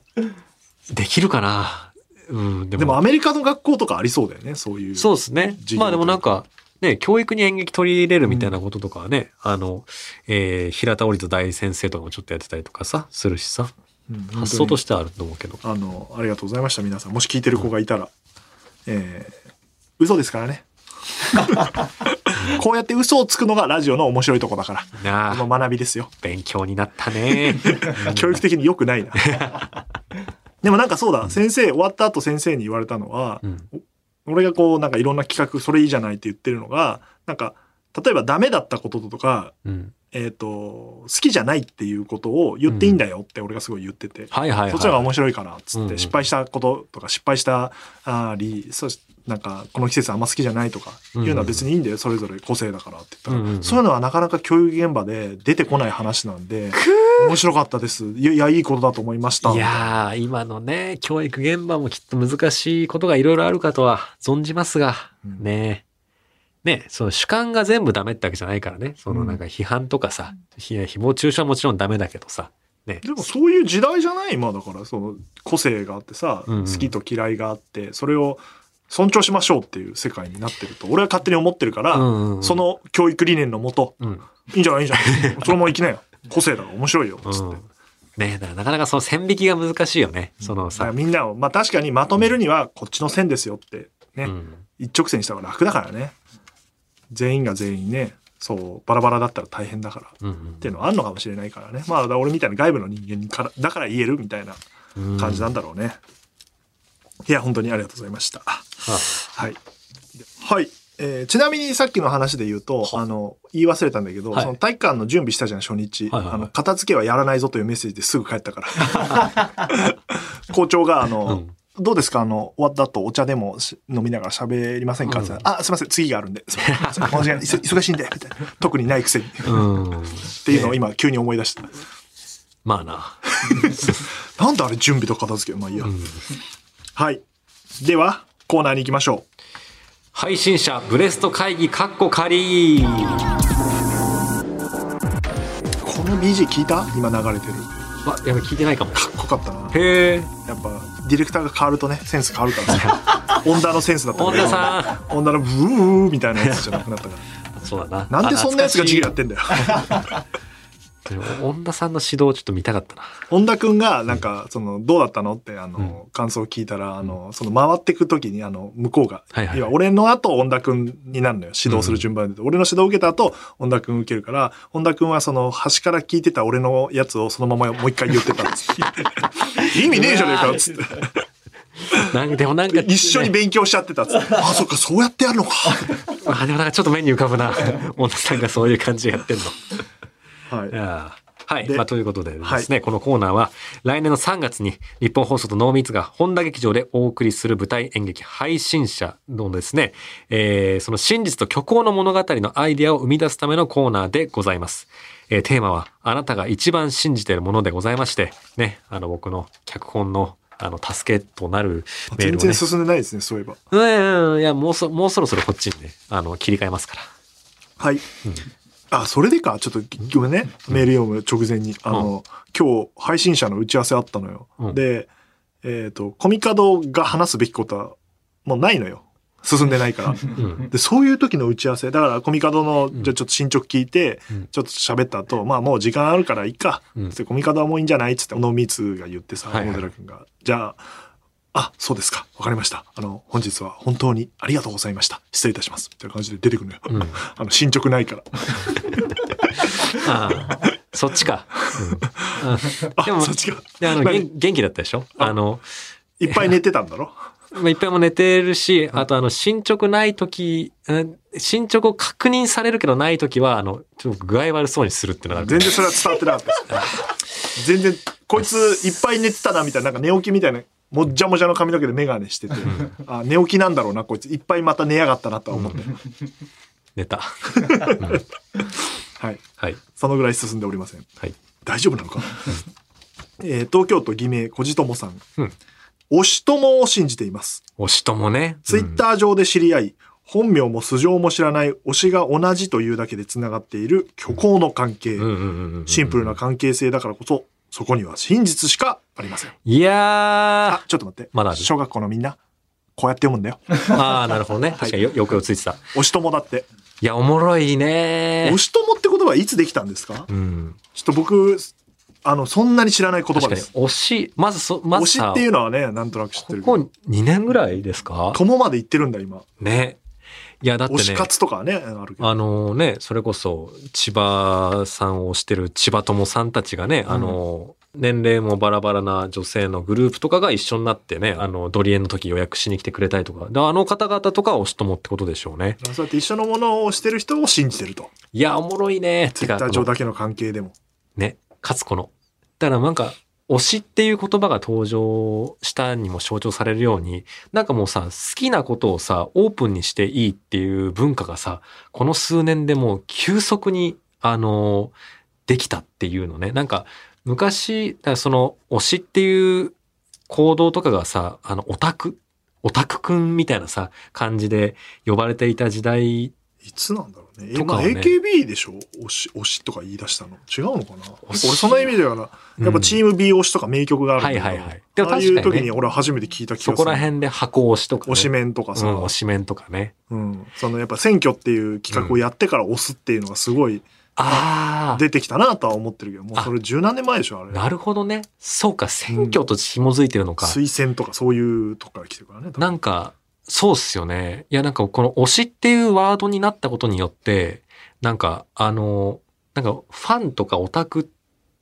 Speaker 2: できるかな。うん、 でも。
Speaker 1: でもアメリカの学校とかありそうだよねそういう
Speaker 2: そうですね
Speaker 1: 授。業
Speaker 2: まあでもなんか、ね、教育に演劇取り入れるみたいなこととかはね、あの、えー、平田織と大先生とかもちょっとやってたりとかさ、するしさ、
Speaker 1: うん、本当に
Speaker 2: 発想としてはあると思うけど。
Speaker 1: あの、ありがとうございました、皆さん。もし聞いてる子がいたら、えー、嘘です からね。こうやって嘘をつくのがラジオの面白いとこだから。
Speaker 2: な
Speaker 1: あの
Speaker 2: あ、
Speaker 1: 学びですよ。
Speaker 2: 勉強になっ たね。
Speaker 1: 教育的に良く ないな。でもなんかそうだ、先生、終わった後先生に言われたのは、
Speaker 2: うん。
Speaker 1: 俺がこう、なんかいろんな企画、それいいじゃないって言ってるのが、なんか、例えばダメだったこととか、
Speaker 2: うん。
Speaker 1: えっ、と、好きじゃないっていうことを言っていいんだよって俺がすごい言ってて。
Speaker 2: はいはいはい。
Speaker 1: そっちの方が面白いからっつ
Speaker 2: う
Speaker 1: っ
Speaker 2: んうん
Speaker 1: て失敗したこととか失敗したありそしなんかこの季節あんま好きじゃないとか
Speaker 2: う
Speaker 1: い
Speaker 2: んうん
Speaker 1: うのは別にいいんだよそれぞれ個性だからって言ったら、
Speaker 2: うんうんうん
Speaker 1: そういうのはなかなか教育現場で出てこない話なんで面白かったですいやいやいいことだと思いました
Speaker 2: いやー、今のね、教育現場もきっと難しいことがいろいろあるかとは存じますが、
Speaker 1: うん
Speaker 2: ねねその主観が全部ダメってわけじゃないからね。その
Speaker 1: うん
Speaker 2: なんか批判とかさ、ひ誹謗中傷はもちろんダメだけどさ、ね。
Speaker 1: でもそういう時代じゃない今だからその個性があってさ、
Speaker 2: うんうん
Speaker 1: 好きと嫌いがあってそれを尊重しましょうっていう世界になってると俺は勝手に思ってるから、
Speaker 2: うんうん
Speaker 1: そ、の教育理念のもと
Speaker 2: うん。
Speaker 1: いいんじゃないいいんじゃないそのまま行きな よ個性だから面白いよ
Speaker 2: う
Speaker 1: つって。
Speaker 2: ん。ねだからなかなかその線引きが難しいよね。その
Speaker 1: だか
Speaker 2: さ
Speaker 1: ら、みんなを、まあ確かにまとめるにはこっちの線ですよってね、
Speaker 2: うん。
Speaker 1: 一直線にした方が楽だからね。全員が全員ね、そう、バラバラだったら大変だから。っ
Speaker 2: うんうん
Speaker 1: ていうのはあんのかもしれないからね。まあ、だから俺みたいな外部の人間にからだから言えるみたいな
Speaker 2: うん
Speaker 1: 感じなんだろうね。いや、本当にありがとうございました。
Speaker 2: あ
Speaker 1: はい。はい。えーちなみにさっきの話で言うと、あの、言い忘れたんだけど、
Speaker 2: はい
Speaker 1: その体育館の準備したじゃん、初日。
Speaker 2: はいはいはい
Speaker 1: あの、片付けはやらないぞというメッセージですぐ帰ったから。 校長が、あの、どうですかあの、終わった後お茶でもし飲みながら喋りませんか、って言ったらあ、すいません、次があるんで。すいません申し訳ない忙忙しいんで、みたいな。特にないくせに。っ
Speaker 2: うん。って
Speaker 1: いうのを今、急に思い出した。
Speaker 2: まあな。
Speaker 1: なんであれ準備と片付けまあいいや。
Speaker 2: ん
Speaker 1: はい。では、コーナーに行きましょう。
Speaker 2: 配信者ブレスト会議カッコ仮わ
Speaker 1: この BG 聞いた今流れてる。
Speaker 2: やべ聞いてないかも
Speaker 1: かっこよかったな。
Speaker 2: へえ
Speaker 1: やっぱ、ディレクターが変わるとね、センス変わるから さ。女のセンスだった
Speaker 2: 本田さ
Speaker 1: 女のブーブーみたいなやつじゃなくなったから。
Speaker 2: んそうだな
Speaker 1: なんでそんなやつが授業やってんだよ。
Speaker 2: 本田さんの指導ちょっと見たかったな
Speaker 1: 本田くんが、なんか、その、どうだったのって、あの、感想を聞いたら、あの、その、回ってくときに、あの、向こうが、
Speaker 2: はいはい
Speaker 1: 要俺の後、本田くんになるのよ。指導する順番で。俺の指導を受けた後、本田くん受けるから、本田くんは、その、端から聞いてた俺のやつをそのままもう一回言ってたんです 意味ねえじゃねえか、つって。
Speaker 2: なんかでもなんか、
Speaker 1: 一緒に勉強しちゃってた、つって。あ、そっか、そうやってやるのか。
Speaker 2: あでもなんかちょっと目に浮か ぶな本田さんがそういう感じでやってんの
Speaker 1: はい
Speaker 2: い。やーはい。
Speaker 1: で
Speaker 2: まあ、ということでですね、このコーナーは、来年の3月に日本放送と濃密が本田劇場でお送りする舞台演劇配信者のですね、えーその真実と虚構の物語のアイデアを生み出すためのコーナーでございます。えーテーマは、あなたが一番信じているものでございまして、ね、あの、僕の脚本の、あの、助けとなるメ
Speaker 1: 全
Speaker 2: ールをね
Speaker 1: 然。進んでないですね、そういえば。
Speaker 2: うんうんうん、いや、もうそ、もうそろそろこっちにね、あの、切り替えますから。
Speaker 1: はい。あ、それでか。ちょっと、ごめんね。メール読む直前に。あの、今日、配信者の打ち合わせあったのよ。
Speaker 2: うん
Speaker 1: で、えっ、と、コミカドが話すべきことは、もうないのよ。進んでない から。
Speaker 2: うん。
Speaker 1: で、そういう時の打ち合わせ。だから、コミカドの、じゃあちょっと進捗聞いて、
Speaker 2: うん
Speaker 1: ちょっと喋った後、まあもう時間あるからいいか。
Speaker 2: うん
Speaker 1: でコミカドはもういいんじゃないっつって、小野光が言ってさ、
Speaker 2: はいはい
Speaker 1: 小野寺君が。じゃあ、あ、そうですか。わかりました。あの、本日は本当にありがとうございました。失礼いたします。みたいな感じで出てくるのよ。
Speaker 2: ん
Speaker 1: あの、進捗ないから。
Speaker 2: ああ、そっちか。うんあ
Speaker 1: あ、
Speaker 2: でも
Speaker 1: そっちが。
Speaker 2: で、あの、
Speaker 1: 何
Speaker 2: 元元気だったでしょあの、
Speaker 1: いっぱい寝てたん だろ
Speaker 2: まあいっぱいも寝てるし、あとあの、進捗ない時、うん進捗を確認されるけどない時は、あの、ちょっと具合悪そうにするっていうのがあ
Speaker 1: 全
Speaker 2: る。
Speaker 1: 然それは伝わってなかったです。全然、こいついっぱい寝てたな、みたいな、なんか寝起きみたいな、もっじゃもじゃの髪の毛でメガネしてて、あ、寝起きなんだろうな、こいつ。いっぱいまた寝やがったなとは思って。
Speaker 2: 寝た。
Speaker 1: はい。
Speaker 2: はい。
Speaker 1: そのぐらい進んでおりません。
Speaker 2: はい。
Speaker 1: 大丈夫なのかな えー東京都偽名、小じともさん。
Speaker 2: うん
Speaker 1: おしともを信じています。
Speaker 2: 推しともね。
Speaker 1: ツイッター上で知り合い、本名も素性も知らない推しが同じというだけで繋がっている虚構の関係。
Speaker 2: うんうんうんうんうん
Speaker 1: シンプルな関係性だからこそ、そこには真実しかありません。
Speaker 2: いや
Speaker 1: あ、 ちょっと待って。
Speaker 2: まだある
Speaker 1: 小学校のみんな、こうやって読むんだ よ。
Speaker 2: ー。ああ、なるほどね。確かによ、よくよついてた。い
Speaker 1: 押し友だって。
Speaker 2: や、おもろいね
Speaker 1: 押。し友って言葉はいつできたんですか
Speaker 2: うん。
Speaker 1: ちょっと僕、あの、そんなに知らない言葉
Speaker 2: 確か
Speaker 1: で
Speaker 2: に、
Speaker 1: す。
Speaker 2: 推し、まずそ、ま
Speaker 1: 押
Speaker 2: ず
Speaker 1: し
Speaker 2: さ、
Speaker 1: っていうのはね、なんとなく知って
Speaker 2: こ
Speaker 1: るけ
Speaker 2: こ
Speaker 1: ど。
Speaker 2: 2年ぐらいですか
Speaker 1: 友まで言ってるんだ、今。
Speaker 2: ね。いや、だって
Speaker 1: 押
Speaker 2: ね。
Speaker 1: し活とかね、あるけど。
Speaker 2: あのね、それこそ千葉さんをしてる千葉友さんたちがね、あの、年齢もバラバラな女性のグループとかが一緒になってね、あの、ドリエンの時予約しに来てくれたりとか、であの方々とかをしともってことでしょうね。
Speaker 1: そうやって一緒のものをしてる人を信じてると。
Speaker 2: いや、おもろいね。
Speaker 1: ツ
Speaker 2: て
Speaker 1: イッ
Speaker 2: か、
Speaker 1: ター上
Speaker 2: この
Speaker 1: だけの関係でも。
Speaker 2: ね、かつこの。だからなんか、推しっていう言葉が登場したにも象徴されるように、なんかもうさ、好きなことをさ、オープンにしていいっていう文化がさ、この数年でもう急速に、あのーできたっていうのね。なんか、昔、だからその、推しっていう行動とかがさ、あの、オタク、オタクくんみたいなさ、感じで呼ばれていた時代、
Speaker 1: いつなんだろうね。
Speaker 2: と
Speaker 1: 今
Speaker 2: かはね
Speaker 1: AKB でしょ推し、推しとか言い出したの。違うのかな俺
Speaker 2: 推し
Speaker 1: そのイメージだから、やっぱチーム B 推しとか名曲があるんだけど、
Speaker 2: はいはいはいでも
Speaker 1: ああ
Speaker 2: 確か
Speaker 1: い
Speaker 2: にね
Speaker 1: う時に俺は初めて聞いた気がす
Speaker 2: そ
Speaker 1: る。
Speaker 2: こら辺で箱推しとか、ね。
Speaker 1: 推し面とかさ、
Speaker 2: うん、推しメンとかね。
Speaker 1: うんそのやっぱ選挙っていう企画をやってから推すっていうのがすごい
Speaker 2: ああ。
Speaker 1: 出てきたなとは思ってるけど、もうそれ十何年前でしょ、あれ。
Speaker 2: なるほどね。そうか、選挙と紐づいてるのか。
Speaker 1: 推薦とかそういうとこから来てるからね。多分
Speaker 2: なんか、そうっすよね。いや、なんかこの推しっていうワードになったことによって、なんか、あの、なんかファンとかオタクっ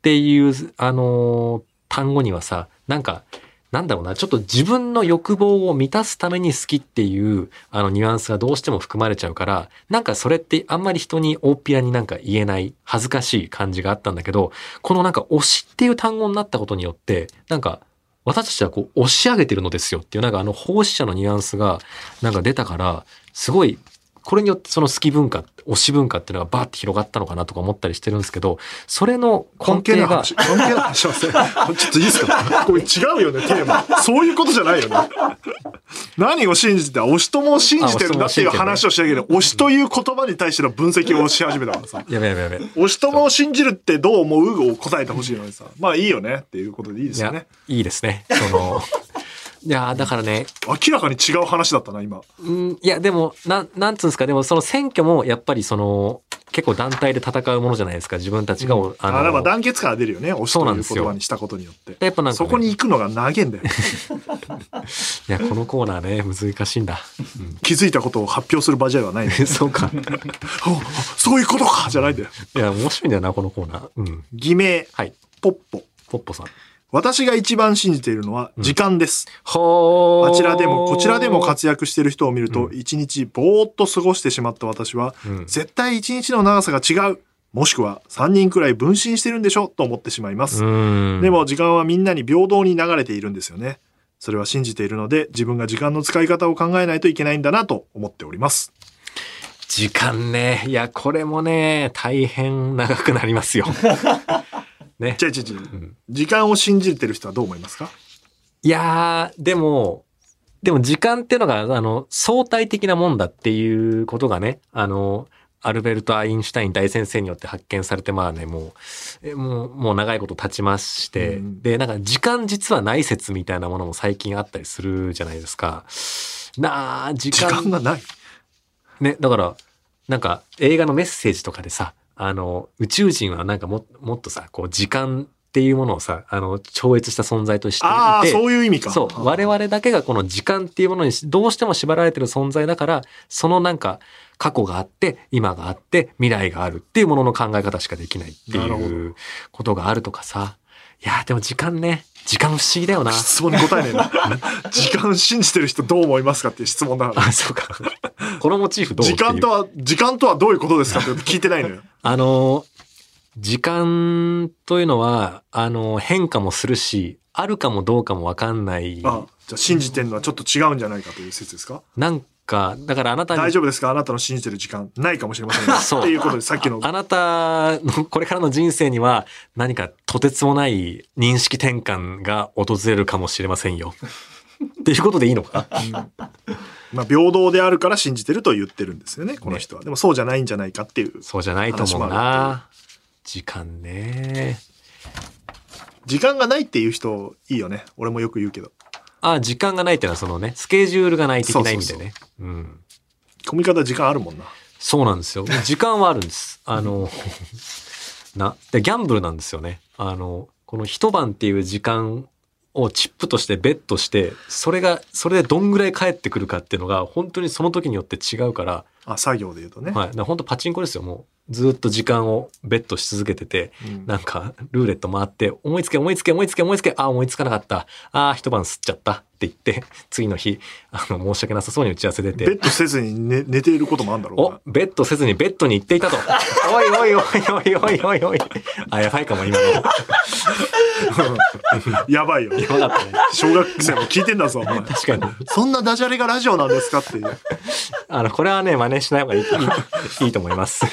Speaker 2: ていう、あの、単語にはさ、なんか、なんだろうな、ちょっと自分の欲望を満たすために好きっていう、あの、ニュアンスがどうしても含まれちゃうから、なんかそれってあんまり人に大っぴらになんか言えない、恥ずかしい感じがあったんだけど、このなんか推しっていう単語になったことによって、なんか、私たちはこう押し上げてるのですよっていうなんかあの奉仕者のニュアンスがなんか出たからすごいこれによってその好き文化、推し文化っていうのがバーって広がったのかなとか思ったりしてるんですけど、それの根
Speaker 1: 関係な
Speaker 2: 底
Speaker 1: い
Speaker 2: が、
Speaker 1: 話。 関係ない話しますね。ちょっといいですかこれ違うよね、テーマ。そういうことじゃないよね。何を信じて、推しともを信じてるんだっていう話をしなけど、推しという言葉に対しての分析をし始めたからさ。
Speaker 2: やべやべやべ。
Speaker 1: 推しともを信じるってどう思うを答えてほしいのにさ。まあいいよねっていうことでいいで
Speaker 2: い
Speaker 1: すよね
Speaker 2: や。、いいですね。その、いや、だからね、
Speaker 1: 明らかに違う話だったな、今。
Speaker 2: うん、いや、でも、なん、なんつうんですか、でもその選挙もやっぱりその、結構団体で戦うものじゃないですか、自分たち
Speaker 1: あ
Speaker 2: が、あの、
Speaker 1: だから団結感が出るよね。推しと
Speaker 2: そうなん
Speaker 1: い
Speaker 2: で
Speaker 1: う
Speaker 2: すよ
Speaker 1: 言葉にしたことによって。
Speaker 2: やっぱなんか
Speaker 1: そ
Speaker 2: ね
Speaker 1: こに行くのが長えん だよ。
Speaker 2: いや、このコーナーね、難しいんだ。
Speaker 1: 気づいたことを発表する場じゃないの。
Speaker 2: うん そ うか。
Speaker 1: ああそういうことかじゃないんだよ。
Speaker 2: いや、面白いんだよな、このコーナー。うん。
Speaker 1: 偽名、
Speaker 2: はい。
Speaker 1: ポッポ。
Speaker 2: ポッポさん。
Speaker 1: 私が一番信じているのは時間です。
Speaker 2: ほ
Speaker 1: あちらでもこちらでも活躍している人を見ると、
Speaker 2: う
Speaker 1: 一日ぼーっと過ごしてしまった私は、
Speaker 2: うん
Speaker 1: 絶対一日の長さが違う。もしくは3人くらい分身してるんでしょと思ってしまいます。
Speaker 2: うん。
Speaker 1: で、も時間はみんなに平等に流れているんですよね。それは信じているので、自分が時間の使い方を考えないといけないんだなと思っております。
Speaker 2: 時間ね。いや、これもね、大変長くなります よ。ね。
Speaker 1: じゃあ、じゃあじゃあ
Speaker 2: うん
Speaker 1: 時間を信じてる人はどう思いますか
Speaker 2: いやー、でも、でも時間っていうのが、あの、相対的なもんだっていうことがね、あの、アルベルト・アインシュタイン大先生によって発見されて、まあね、もう、えもう、もう長いこと経ちまして、
Speaker 1: うん
Speaker 2: で、なんか時間実はない説みたいなものも最近あったりするじゃないですか。なあ、時
Speaker 1: 時
Speaker 2: 間。
Speaker 1: 間がない。
Speaker 2: ね、だから、なんか映画のメッセージとかでさ、あの、宇宙人はなんかももっとさ、こう時間っていうものをさ、あの、超越した存在としていて、
Speaker 1: ああ、そういう意味か。
Speaker 2: そう我々だけがこの時間っていうものにしどうしても縛られてる存在だからそのなんか過去があって今があって未来があるっていうものの考え方しかできないって
Speaker 1: なるほ
Speaker 2: いうことがあるとかさいやーでも時間ね時間不思議だ よな
Speaker 1: 質問に答えねえ な。時間信じてる人どう思いますかっていう質問だから。
Speaker 2: あそうか このモチーフどう
Speaker 1: 時
Speaker 2: ってい
Speaker 1: 間
Speaker 2: う
Speaker 1: とは、時間とはどういうことですかって聞いてない のよ。
Speaker 2: あの、時間というのは、あの、変化もするし、あるかもどうかもわかんない。
Speaker 1: あじゃあ信じてるのはちょっと違うんじゃないかという説ですか
Speaker 2: なんか、だからあなたに、
Speaker 1: 大丈夫ですかあなたの信じてる時間ないかもしれませんね。
Speaker 2: そう
Speaker 1: っていうことでさっきの
Speaker 2: あなたのこれからの人生には何かとてつもない認識転換が訪れるかもしれません よ。っていうことでいいのかな
Speaker 1: まあ、平等であるから信じてると言ってるんですよね、この人は。でもそうじゃないんじゃないかっていう。
Speaker 2: そうじゃないと
Speaker 1: 話
Speaker 2: 思う
Speaker 1: もある
Speaker 2: な。時間ね。
Speaker 1: 時間がないっていう人、いいよね。俺もよく言うけど。
Speaker 2: あ、時間がないっていうのはそのね、スケジュールがない的な意味でね。うん。
Speaker 1: 込み方時間あるもんな。
Speaker 2: そうなんですよ。時間はあるんです。あの、 な、でギャンブルなんですよね。あの、この一晩っていう時間をチップとしてベットして、それが、それでどんぐらい返ってくるかっていうのが、本当にその時によって違うから、
Speaker 1: あ、作業で言うとね。
Speaker 2: はい。だから本当パチンコですよ。もう、ずっと時間をベットし続けてて、
Speaker 1: うん
Speaker 2: なんか、ルーレット回って、思いつけ、思いつけ、思いつけ、思いつけ、あ、思いつかなかった。あ、一晩吸っちゃった。って言って、次の日、あの、申し訳なさそうに打ち合わせ出て
Speaker 1: ベ。ッドせずに寝寝ていることもあるんだろう
Speaker 2: お
Speaker 1: な、
Speaker 2: ベッドせずにベッドに行っていたと。おいおいおいおいおいおいおい。あ、やばいかも、今の。や。
Speaker 1: やばいよ。
Speaker 2: ばかったね。
Speaker 1: 小学生も聞いてんだぞ、お前。
Speaker 2: 確かに。
Speaker 1: そんなダジャレがラジオなんですかっていう。
Speaker 2: あの、これはね、真似しない方がいいいいいいと思います。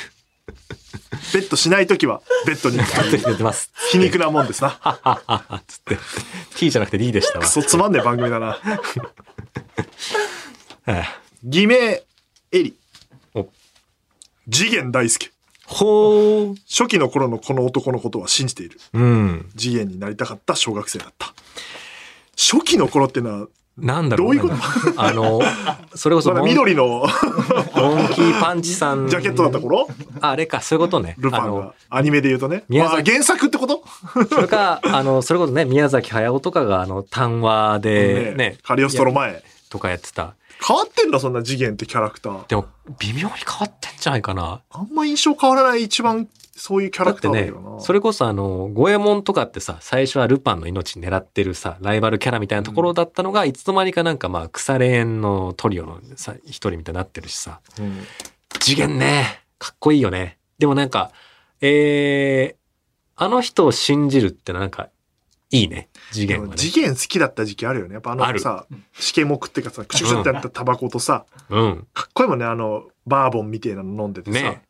Speaker 1: ベッドしないときは、ベッドに行くと
Speaker 2: 勝手
Speaker 1: い
Speaker 2: に
Speaker 1: う。
Speaker 2: 出てます。
Speaker 1: 皮肉なもんですな。
Speaker 2: はははは。つって。T じゃなくて D でしたわ
Speaker 1: ク。ソつまんねえ番組だな。
Speaker 2: ええ
Speaker 1: 偽名、エリ
Speaker 2: お。
Speaker 1: 次元大介。
Speaker 2: ほ
Speaker 1: 初期の頃のこの男のことは信じている。
Speaker 2: う。うん。
Speaker 1: 次元になりたかった小学生だった。初期の頃ってのは、
Speaker 2: なんだろう
Speaker 1: どういうこと
Speaker 2: なんかあの、それこそ
Speaker 1: まだ
Speaker 2: モン、
Speaker 1: 緑の
Speaker 2: モンキーパンチさん。
Speaker 1: ジャケットだった頃
Speaker 2: ああれか、そういうことね。
Speaker 1: ルパ
Speaker 2: あ
Speaker 1: ン
Speaker 2: の
Speaker 1: が。アニメで言うとね。
Speaker 2: 宮
Speaker 1: ま
Speaker 2: 崎
Speaker 1: あ原作ってこと
Speaker 2: それか、あの、それこそね、宮崎駿とかが、あの、単話で、ね、
Speaker 1: カリオストロ前。
Speaker 2: とかやってた。
Speaker 1: 変わってんだ、そんな次元ってキャラクター。
Speaker 2: でも、微妙に変わってんじゃないかな。
Speaker 1: あんま印象変わらない一番そういうキャラ
Speaker 2: だっ
Speaker 1: クタ
Speaker 2: て
Speaker 1: ーだ
Speaker 2: ね
Speaker 1: よな。、
Speaker 2: それこそあの、五右衛門とかってさ、最初はルパンの命狙ってるさ、ライバルキャラみたいなところだったのが、いつの間にかなんかまあ、腐れ縁のトリオのさ、一人みたいになってるしさ。
Speaker 1: うん
Speaker 2: 次元ね、かっこいいよね。でもなんか、えー、あの人を信じるってなんか、いいね。次
Speaker 1: で
Speaker 2: 元は
Speaker 1: も
Speaker 2: ね。
Speaker 1: 次元好きだった時期あるよね。やっぱあ
Speaker 2: あ
Speaker 1: の
Speaker 2: る
Speaker 1: さ、シケモクってかさ、クシュクシュってやったタバコとさ、
Speaker 2: うん。
Speaker 1: かっこいいもんね、あの、バーボンみたいなの飲んでてさ。
Speaker 2: ね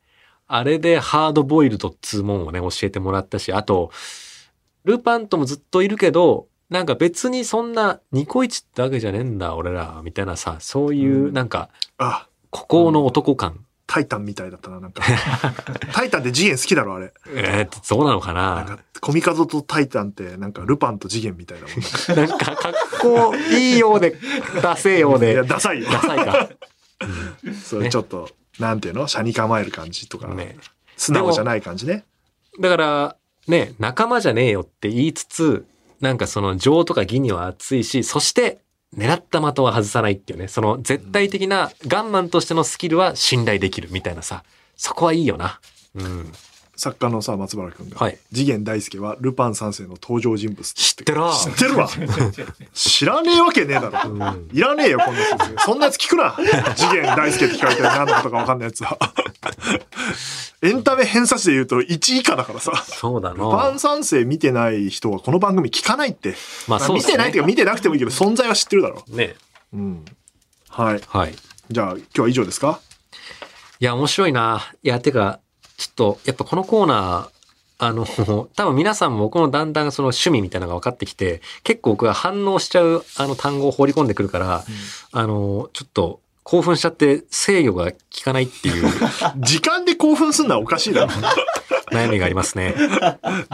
Speaker 2: あれでハードボイルドっつうもんをね、教えてもらったし、あと、ルパンともずっといるけど、なんか別にそんなニコイチってわけじゃねえんだ、俺ら、みたいなさ、そういうう、
Speaker 1: ん
Speaker 2: なんか、
Speaker 1: あ、
Speaker 2: 孤高の男感。
Speaker 1: タイタンみたいだったな、なんか。タイタンって次元好きだろ、あ れ。
Speaker 2: えー、そうなのか
Speaker 1: なん
Speaker 2: な
Speaker 1: か、コミカドとタイタンって、なんか、ルパンと次元みたいだもんね。
Speaker 2: なんか、かっこいいようで、ダセえよう
Speaker 1: いや、
Speaker 2: で、
Speaker 1: ダサいよ。
Speaker 2: ダサいか。
Speaker 1: それちょっと、なんていうの車に構える感じとか、
Speaker 2: ね。
Speaker 1: 素直じゃない感じね。
Speaker 2: だから、ね、仲間じゃねえよって言いつつ、なんかその情とか義には熱いし、そして、狙った的は外さないっていうね、その絶対的なガンマンとしてのスキルは信頼できるみたいなさ、そこはいいよな。うん。
Speaker 1: 作家のさ、松原くんが。
Speaker 2: はい。
Speaker 1: 次元大介はルパン三世の登場人物って
Speaker 2: 知ってろ
Speaker 1: 知ってるわ知らねえわけねえだろ。
Speaker 2: うん。
Speaker 1: いらねえよ、こんなやつ。そんなやつ聞くな。次元大介って聞かれて何のことかわかんないやつは。エンタメ偏差値で言うと1以下だからさ。
Speaker 2: そうだ
Speaker 1: ルパ
Speaker 2: な
Speaker 1: ン。三世見てない人はこの番組聞かないって。
Speaker 2: まあそう
Speaker 1: 見
Speaker 2: ですね。
Speaker 1: てないっていうか見てなくてもいいけど存在は知ってるだろ。
Speaker 2: ね。
Speaker 1: うん。はい。
Speaker 2: はい。い
Speaker 1: じゃあ今日は以上ですか
Speaker 2: や、面白いな。いや、てか、ちょっと、やっぱこのコーナー、あの、 多分皆さんも僕のだんだんその趣味みたいなのが分かってきて、結構僕が反応しちゃうあの単語を放り込んでくるから、あの、ちょっと興奮しちゃって制御が効かないって いう
Speaker 1: 時間で興奮すんのはおかしいだろ。
Speaker 2: 悩みがありますね。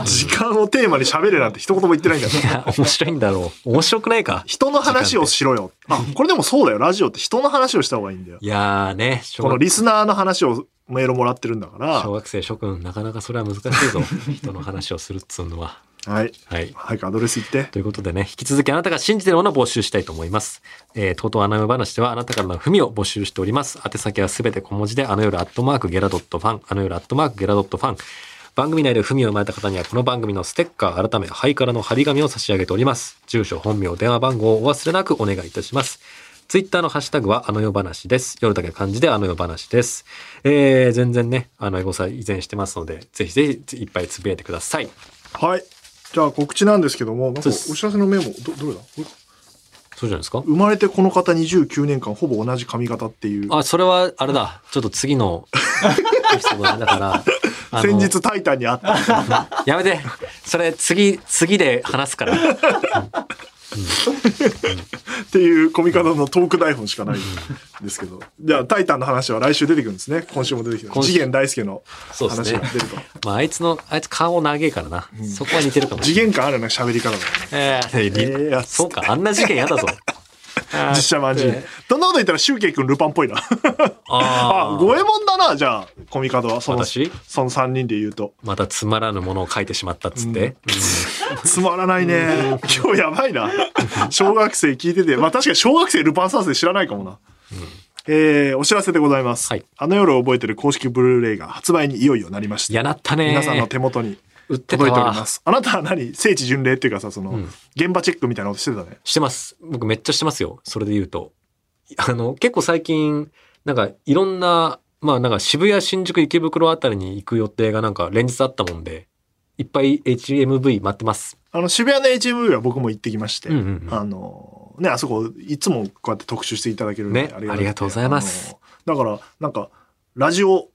Speaker 1: 時間をテーマに喋れなんて一言も言ってないんだから
Speaker 2: い。や、面白いんだろう。面白くないか。
Speaker 1: 人の話をしろよ。あ、これでもそうだよ。ラジオって人の話をした方がいいんだよ。
Speaker 2: いやーね、
Speaker 1: こ
Speaker 2: 小
Speaker 1: の
Speaker 2: 学
Speaker 1: リスナーの話をメールもらってるんだ
Speaker 2: 小
Speaker 1: か
Speaker 2: 学生諸君、なかなかそれは難しいぞ。人の話をするっつうのは。
Speaker 1: ら。はい。
Speaker 2: はい。
Speaker 1: 早くアドレス行って。
Speaker 2: ということでね、引き続きあなたが信じているものを募集したいと思います。えー、とうとうアナウン話ではあなたからの文を募集しております。宛先はすべて小文字で、あの夜アットマークゲラドットファン、あの夜アットマークゲラドットファン。番組内で文を生まれた方には、この番組のステッカー、改め、ハイカラの張り紙を差し上げております。住所、本名、電話番号をお忘れなくお願いいたします。ツイッターのハッシュタグは、あの夜話です。夜だけ漢字であの夜話です。えー、全然ね、あの、エゴサ依然してますので、ぜひぜひいっぱいつぶやいてください。
Speaker 1: はい。じゃあ告知なんですけども、なんか
Speaker 2: そう
Speaker 1: お
Speaker 2: です
Speaker 1: 知らせのメモ、ど、どれだこれ
Speaker 2: そうじゃないですか
Speaker 1: 生まれてこの方29年間ほぼ同じ髪型っていう。
Speaker 2: あ、それは、あれだ。ちょっと次のエピソードだねだから。あ
Speaker 1: 先
Speaker 2: の
Speaker 1: 日タイタンに会った。
Speaker 2: やめて。それ、次、次で話すから。
Speaker 1: っていうコミカドのトーク台本しかないんですけ ど。じゃあ、タイタンの話は来週出てくるんですね。今週も出てきて。
Speaker 2: 今週
Speaker 1: 次元大介の
Speaker 2: そうで
Speaker 1: 話
Speaker 2: すね
Speaker 1: が出ると。
Speaker 2: まあ、あいつの、あいつ顔長えからな。そこは似てるかもし
Speaker 1: 次
Speaker 2: れない。
Speaker 1: 元感あるな、喋り方がね。
Speaker 2: えーで
Speaker 1: えーやつ
Speaker 2: そうか。あんな事件やだぞ。
Speaker 1: 実写マジ
Speaker 2: えー。
Speaker 1: どんなこと言ったら、シュウケイ君ルパンっぽいな。
Speaker 2: あ
Speaker 1: あ、
Speaker 2: あ。
Speaker 1: 五右衛門だな、じゃあ、コミカドは。その、
Speaker 2: 私
Speaker 1: その3人で言うと。
Speaker 2: またつまらぬものを書いてしまったっつって。
Speaker 1: つまらないね。今日やばいな。小学生聞いてて。まあ確かに小学生ルパン三世知らないかもな。えーお知らせでございます。
Speaker 2: はい
Speaker 1: あの夜を覚えてる公式ブルーレイが発売にいよいよなりまし
Speaker 2: い
Speaker 1: た。
Speaker 2: や、なったね。
Speaker 1: 皆さんの手元に
Speaker 2: 売ってたわ
Speaker 1: 届いております。あなたは何聖地巡礼っていうかさ、その、現場チェックみたいなことしてたね。
Speaker 2: してます。僕めっちゃしてますよ。それで言うと。あの、結構最近、なんかいろんな、まあなんか渋谷、新宿、池袋あたりに行く予定がなんか連日あったもんで、いっぱい HMV 待ってます。
Speaker 1: あの、渋谷の HMV は僕も行ってきまして、
Speaker 2: うんうんうん
Speaker 1: あの、ね、あそこ、いつもこうやって特集していただけるんで
Speaker 2: ね
Speaker 1: た
Speaker 2: ありがとうございます。
Speaker 1: あのだから、なんか、ラジオ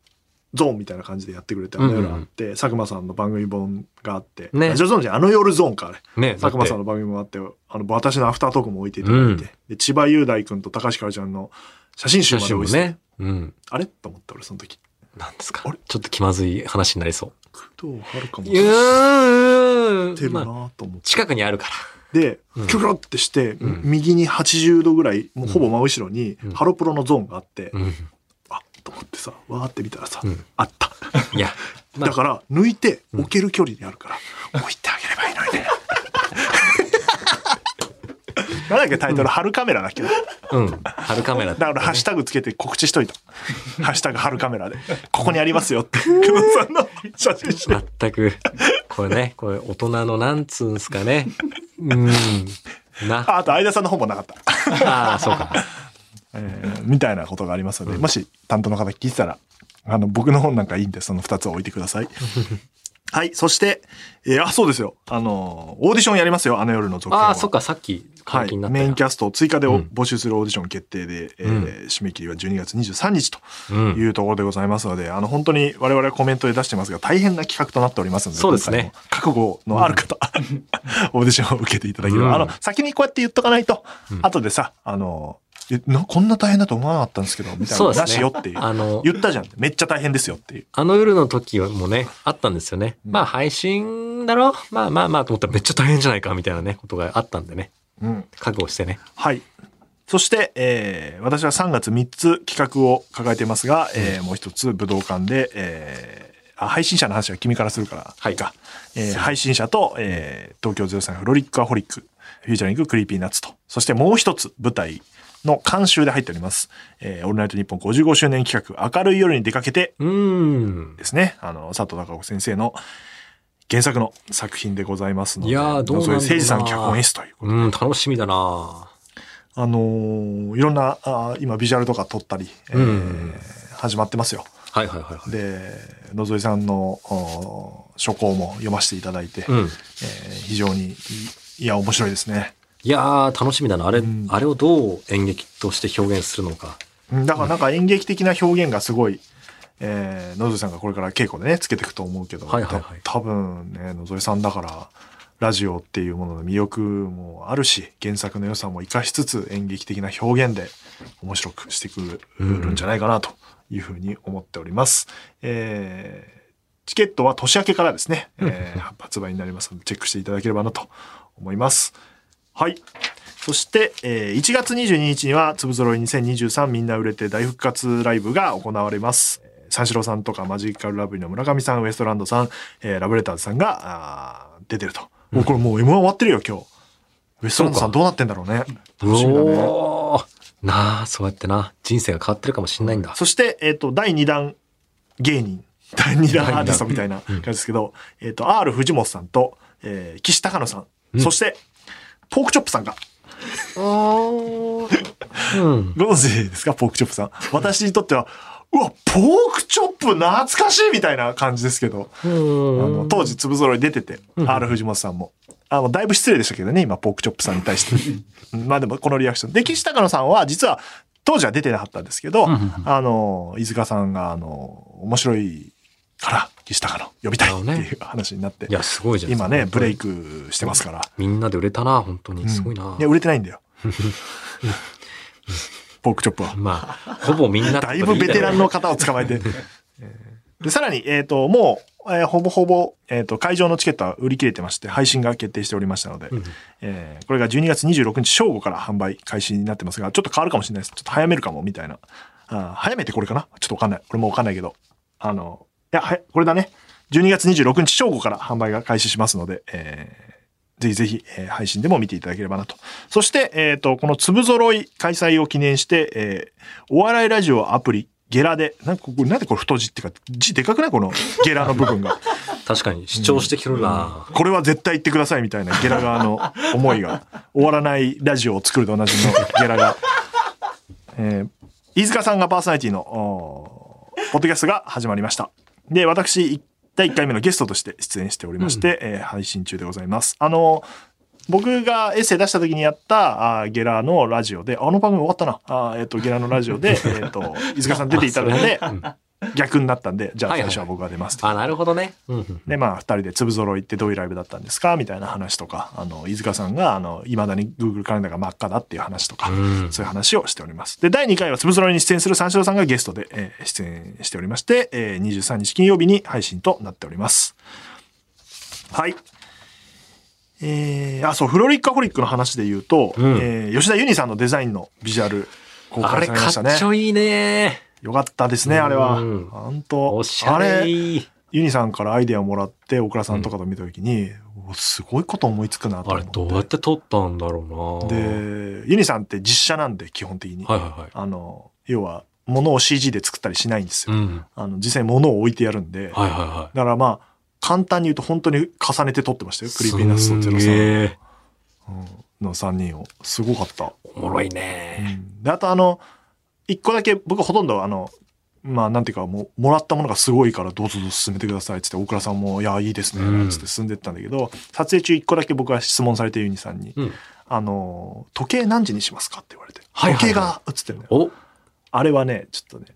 Speaker 1: ゾーンみたいな感じでやってくれて、あの夜あって、佐久間さんの番組本があって、
Speaker 2: ね
Speaker 1: ラジオゾーンじゃないあの夜ゾーンか、あれ。
Speaker 2: ね、
Speaker 1: 佐久間さん
Speaker 2: だっ
Speaker 1: の番組もあって、あの、私のアフタートークも置いていただいて、
Speaker 2: うん
Speaker 1: で千葉雄大君と高橋かおりちゃんの写真
Speaker 2: て
Speaker 1: 集
Speaker 2: 写
Speaker 1: まで置
Speaker 2: 真も
Speaker 1: いてて、
Speaker 2: ね。うん。
Speaker 1: あれと思った俺、その時。
Speaker 2: なんですか
Speaker 1: あれ。
Speaker 2: ちょっと気まずい話になりそう。
Speaker 1: 工藤遥かも
Speaker 2: うーん
Speaker 1: てる
Speaker 2: まあ
Speaker 1: なと思って。
Speaker 2: 近くにあるから。
Speaker 1: で
Speaker 2: うん、
Speaker 1: キョキョってして、
Speaker 2: うん
Speaker 1: 右に80度ぐらい、もうほぼ真後ろに
Speaker 2: うん、
Speaker 1: ハロプロのゾーンがあって、
Speaker 2: うん。
Speaker 1: あと思ってさ、わーって見たらさ、
Speaker 2: うん
Speaker 1: あった。
Speaker 2: いや、 まあ
Speaker 1: だから、抜いて、
Speaker 2: うん
Speaker 1: 置ける距離である から、置いてあげればいいのにね。 なんだっけタイトル、春カメラだっけだか
Speaker 2: うん。春カメラって
Speaker 1: ら、ハッシュタグつけて告知しといた。ハッシュタグ、春カメラ で。ここにありますよって、工藤さんの写真集。
Speaker 2: 全く。これね、これ大人のなんつうんすかね。うん。な。
Speaker 1: ああと、相田さんの方もなかった。
Speaker 2: ああ、そうか。
Speaker 1: えーみたいなことがありますので、もし担当の方聞いてたら、あの、僕の本なんかいいんで、その2つを置いてください。はい。そして、えーあ、そうですよ。あのーオーディションやりますよ。あの夜の続編は。
Speaker 2: ああ、そっか、さっき、
Speaker 1: は
Speaker 2: 解
Speaker 1: い、
Speaker 2: 禁になった
Speaker 1: メインキャストを追加で
Speaker 2: う
Speaker 1: お
Speaker 2: ん
Speaker 1: 募集するオーディション決定で、
Speaker 2: うん
Speaker 1: えー締め切りは12月23日と
Speaker 2: ャうん
Speaker 1: いうところでございますので、あの本当に我々はコメントで出してますが大変な企画となっておりますので
Speaker 2: そうですね
Speaker 1: 今回も覚悟のある方、オーディションを受けていただければ、
Speaker 2: うん
Speaker 1: あの先にこうやって言っとかないと、
Speaker 2: うん
Speaker 1: 後でさあのえなこんな大変だと思わなかったんですけどみたいな
Speaker 2: そう
Speaker 1: の
Speaker 2: ですね
Speaker 1: なしよっていう
Speaker 2: あの、
Speaker 1: 言ったじゃんめっちゃ大変ですよっていう
Speaker 2: あの夜の時もね、あったんですよね。
Speaker 1: うん
Speaker 2: まあ配信だろまあまあまあと思ったらめっちゃ大変じゃないかみたいなね、ことがあったんでね。
Speaker 1: うん
Speaker 2: 覚悟してね。
Speaker 1: はい。そして、えー私は3月3つ企画を抱えていますが、えーもう一つ武道館で、えーあ配信者の話は君からするから、
Speaker 2: はい
Speaker 1: か。えー配信者と、えー東京03フロリックアホリック、フューチャリングクリーピーナッツと、そしてもう一つ舞台の監修で入っております、えーオールナイトニッポン55周年企画、明るい夜に出かけて
Speaker 2: うーん。
Speaker 1: ですね、あの、佐藤孝子先生の原作の作品でございますので、
Speaker 2: いやーどうなんだろうな
Speaker 1: そういう誠司さん脚本演出ということで
Speaker 2: うん、楽しみだな
Speaker 1: あのーいろんなあー今ビジュアルとか撮ったり、えー
Speaker 2: うん
Speaker 1: 始まってますよ。
Speaker 2: はいはいはいはい。
Speaker 1: で野添さんのお書稿も読ませていただいて、
Speaker 2: う
Speaker 1: え
Speaker 2: ん。
Speaker 1: ー非常にいいや面白いですね。
Speaker 2: いやー、楽しみだな。あれ、
Speaker 1: うん
Speaker 2: あれをどう演劇として表現するのか。
Speaker 1: うんだからなんか演劇的な表現がすごい、えー野添さんがこれから稽古でねつけていくと思うけど、
Speaker 2: はいはいはい
Speaker 1: た多分ね野添さんだからラジオっていうものの魅力もあるし原作の良さも生かしつつ演劇的な表現で面白くしてくるんじゃないかなというふうに思っております。えーチケットは年明けからですね、えー発売になりますのでチェックしていただければなと思います。はい。そして、えー1月22日には、粒揃い2023みんな売れて大復活ライブが行われます。えー三四郎さんとかマジカルラブリーの村上さん、ウエストランドさん、えーラブレターズさんがあー出てると。おこれもう M1 終わってるよ、今日。ウエストランドさ
Speaker 2: そ
Speaker 1: ん
Speaker 2: うか
Speaker 1: どうなってんだろうね。
Speaker 2: う
Speaker 1: 楽しみだね。
Speaker 2: おーなあ、そうやってな。人生が変わってるかもしんないんだ。
Speaker 1: そして、えっ、と、第2弾芸人、第2弾アーティストみたいな感じですけど、えっ、と、R 藤本さんと、えー岸高野さん、
Speaker 2: うん
Speaker 1: そして、ポークチョップさんが、
Speaker 2: おーうん。
Speaker 1: ご存知ですかポークチョップさん。私にとっては、うわ、ポークチョップ懐かしいみたいな感じですけど、あ
Speaker 2: う
Speaker 1: の
Speaker 2: ん。
Speaker 1: 当時粒揃い出てて、
Speaker 2: うん
Speaker 1: R 藤本さんも。あの、だいぶ失礼でしたけどね、今、ポークチョップさんに対 して。まあでも、このリアクション。で、岸高野さんは、実は、当時は出てなかったんですけど、
Speaker 2: うんうんうん
Speaker 1: あの、飯塚さんが、あの、面白いから、岸高野呼びたいって
Speaker 2: なる
Speaker 1: い
Speaker 2: ほ
Speaker 1: う話になって、
Speaker 2: いや、すごいじゃん。
Speaker 1: 今ね、ブレイ。クしてますから。
Speaker 2: みんなで売れたな、本当に。すごいな。
Speaker 1: いや、売れてないんだよ。ポークチョップは。
Speaker 2: まあ、ほぼみんな
Speaker 1: だいぶベテランの方を捕まえて。で、さらに、えっ、と、もう、えーほぼほぼ、えっ、と、会場のチケットは売り切れてまして、配信が決定しておりましたので、
Speaker 2: うん
Speaker 1: えーこれが12月26日正午から販売開始になってますが、ちょっと変わるかもしれないです。ちょっと早めるかも、みたいな。あー早めてこれかなちょっとわかんない。俺もわかんないけど。あの、いや、はい、これだね。12月26日正午から販売が開始しますので、えーぜひぜひ、えー配信でも見ていただければなと。そして、えっ、と、この粒揃い開催を記念して、えーお笑いラジオアプリ、ゲラで、なんかこれ、なんでこれ太字ってか、字でかくないこのゲラの部分が。
Speaker 2: 確かに主張してきてるな。
Speaker 1: これは絶対言ってくださいみたいなゲラ側の思いが、終わらないラジオを作ると同じのゲラが。えー飯塚さんがパーソナリティの、おーポッドキャストが始まりました。で、私、第1回目のゲストとして出演しておりまして、えー配信中でございます。あの、僕がエッセイ出した時にやった、あーゲラのラジオで、あの番組終わったな。あーえっ、と、ゲラのラジオ で、えっ、と、飯塚さん出ていただいて
Speaker 2: あ、それねうん
Speaker 1: 逆になったんで、じゃあ
Speaker 2: はい
Speaker 1: 最
Speaker 2: はい
Speaker 1: 初は僕が出ますと
Speaker 2: あ、なるほどね。うんうん
Speaker 1: で、まあ、二人で粒揃いってどういうライブだったんですかみたいな話とか、あの、飯塚さんが、あの、未だに Google カレンダーが真っ赤だっていう話とか、
Speaker 2: うん
Speaker 1: そういう話をしております。で、第2回は粒揃いに出演する三四郎さんがゲストで、えー出演しておりまして、えー23日金曜日に配信となっております。はい。えー、あ、そう、フロリッカホリックの話で言うと、
Speaker 2: うん
Speaker 1: えー吉田ユニさんのデザインのビジュアル公
Speaker 2: あ
Speaker 1: 開
Speaker 2: れ、
Speaker 1: されま
Speaker 2: か
Speaker 1: したね
Speaker 2: っ。ちょいいね。
Speaker 1: よかったですね、あれは。
Speaker 2: うん
Speaker 1: 本当
Speaker 2: おしゃ
Speaker 1: あ
Speaker 2: れ
Speaker 1: れ
Speaker 2: い。
Speaker 1: ユニさんからアイデアをもらって、大倉さんとかと見たときに、おすごいこと思いつくなと
Speaker 2: あれ、
Speaker 1: 思
Speaker 2: ど
Speaker 1: っ
Speaker 2: う
Speaker 1: て。
Speaker 2: やって撮ったんだろうな。
Speaker 1: で、ユニさんって実写なんで、基本的に。
Speaker 2: はいはいはい。
Speaker 1: あの、要は、物を CG で作ったりしないんです
Speaker 2: う
Speaker 1: よ。
Speaker 2: ん。
Speaker 1: あの、実際に物を置いてやるんで。
Speaker 2: はいはいは
Speaker 1: だからまあ、簡単に言うと本当に重ねて撮ってました
Speaker 2: い。
Speaker 1: よ。クリーピーナッツとゼロ
Speaker 2: すん
Speaker 1: さ
Speaker 2: げえ
Speaker 1: んの3人を。すごかった。
Speaker 2: おもろいうね。
Speaker 1: んであとあの、一個だけ僕ほとんどあの、まあ、なんていうか、もう、もらったものがすごいから、どうぞどうぞ進めてください、つって、大倉さんも、いや、いいですね、
Speaker 2: うん
Speaker 1: なんつって進んでったんだけど、撮影中一個だけ僕は質問されて、ユニさんに、
Speaker 2: うん
Speaker 1: あの、時計何時にしますかって言われて、
Speaker 2: はいはいはい
Speaker 1: 時計が映ってるのよ。
Speaker 2: お
Speaker 1: あれはね、ちょっとね、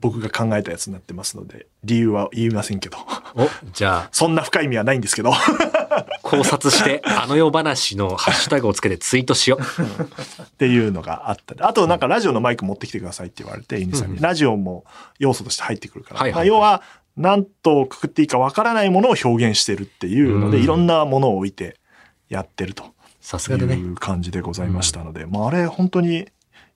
Speaker 1: 僕が考えたやつになってますので、理由は言いませんけど、
Speaker 2: おじゃ
Speaker 1: そんな深い意味はないんですけど、
Speaker 2: あ、考察して、あの世話のハッシュタグをつけてツイートしよう。
Speaker 1: っていうのがあったりあとなんかラジオのマイク持ってきてくださいって言われて、インさん
Speaker 2: うんう
Speaker 1: に。
Speaker 2: ん
Speaker 1: ラジオも要素として入ってくるから。
Speaker 2: はいはいは
Speaker 1: まあ、
Speaker 2: い
Speaker 1: 要は、何とくくっていいかわからないものを表現してるっていうので、
Speaker 2: うん
Speaker 1: いろんなものを置いてやってると
Speaker 2: さす
Speaker 1: い
Speaker 2: がだね。
Speaker 1: う感じでございましたので、まああれ本当に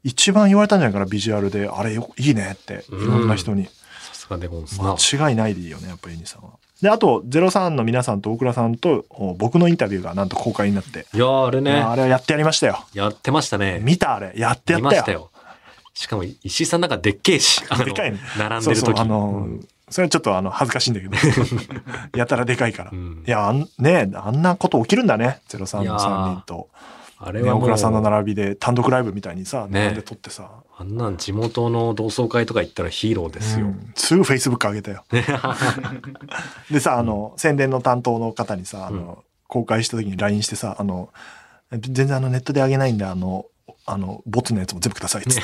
Speaker 1: 一番言われたんじゃないかな、ビジュアルで。あれよ、いいねって、いろんな人に。
Speaker 2: さすがでございます
Speaker 1: 間違いないでいいよね、やっぱりユニさんは。で、あと、03の皆さんと大倉さんとお僕のインタビューがなんと公開になって、
Speaker 2: な。いやーあれね
Speaker 1: まあ、あれはやってやりましたよ。
Speaker 2: やってましたね。
Speaker 1: 見たあれ、やってや
Speaker 2: 見
Speaker 1: っ
Speaker 2: ま
Speaker 1: た
Speaker 2: し
Speaker 1: よ
Speaker 2: た。よ。しかも石井さんなんかでっけえし、あの
Speaker 1: でかいね
Speaker 2: 並ん
Speaker 1: そ
Speaker 2: で
Speaker 1: う
Speaker 2: る
Speaker 1: そう
Speaker 2: 時。
Speaker 1: あの、
Speaker 2: うん
Speaker 1: それはちょっとあの恥ずかしいんだけ どやたらでかいから、
Speaker 2: う
Speaker 1: い
Speaker 2: ん
Speaker 1: やあんねえあんなこと起きるんだね03
Speaker 2: いや
Speaker 1: の
Speaker 2: ー
Speaker 1: 3人と、
Speaker 2: あれ
Speaker 1: ね、
Speaker 2: は
Speaker 1: 大
Speaker 2: もう、
Speaker 1: 倉さんの並びで単独ライブみたいにさ
Speaker 2: ね
Speaker 1: 並んで撮ってさ、
Speaker 2: あんなん地元の同窓会とか行ったらヒーローです
Speaker 1: う
Speaker 2: よ。
Speaker 1: んすぐフェイスブック上げたよ でさあの宣伝の担当の方にさあの、
Speaker 2: うん
Speaker 1: 公開した時に LINE してさあの全然あのネットで上げないんであのあのボツのやつも全部くださいっ つって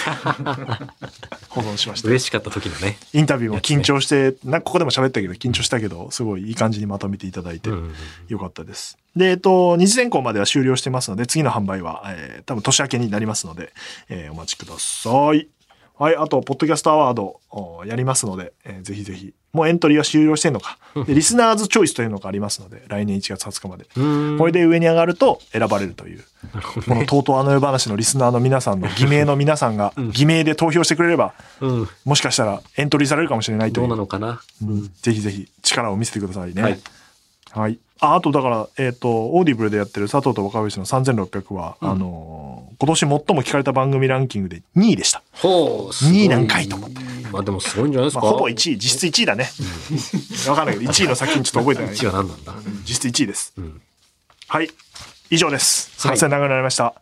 Speaker 1: 保存しました
Speaker 2: 嬉しかった時のね。
Speaker 1: インタビューも緊張して、なんかここでも喋ったけど、緊張したけど、すごいいい感じにまとめていただいて
Speaker 2: うんう、んうん
Speaker 1: よかったです。で、えっと、二次選考までは終了してますので、次の販売は、えー多分年明けになりますので、えーお待ちください。はい、あと、ポッドキャストアワードおやりますので、えーぜひぜひ。もうエントリーは終了してんのか。で、リスナーズチョイスというのがありますので、来年1月20日まで。
Speaker 2: うん
Speaker 1: これで上に上がると選ばれるという。このとうとうあの世話のリスナーの皆さんの偽名の皆さんが、偽名で投票してくれれば、
Speaker 2: うん、
Speaker 1: もしかしたらエントリーされるかもしれないとい
Speaker 2: どう
Speaker 1: う
Speaker 2: な。のかな。
Speaker 1: ぜひぜひ力を見せてくださいね。は
Speaker 2: はいい。
Speaker 1: ああとだから、えっ、と、オーディブルでやってる佐藤と若林の3600は、
Speaker 2: うん
Speaker 1: あのー今年最も聞かれた番組ランキングで2位でした。
Speaker 2: ほう、すご
Speaker 1: 二位なんかいと思って
Speaker 2: まあでもすごいんじゃないです
Speaker 1: ま
Speaker 2: か。
Speaker 1: あ、ほぼ1位、実質1位だね。わかんないけど、1位の先にちょっと覚えてない。
Speaker 2: 一は何なんだ。
Speaker 1: 実質1位です。
Speaker 2: うん。
Speaker 1: はい。以上です。すいません、長くなりました。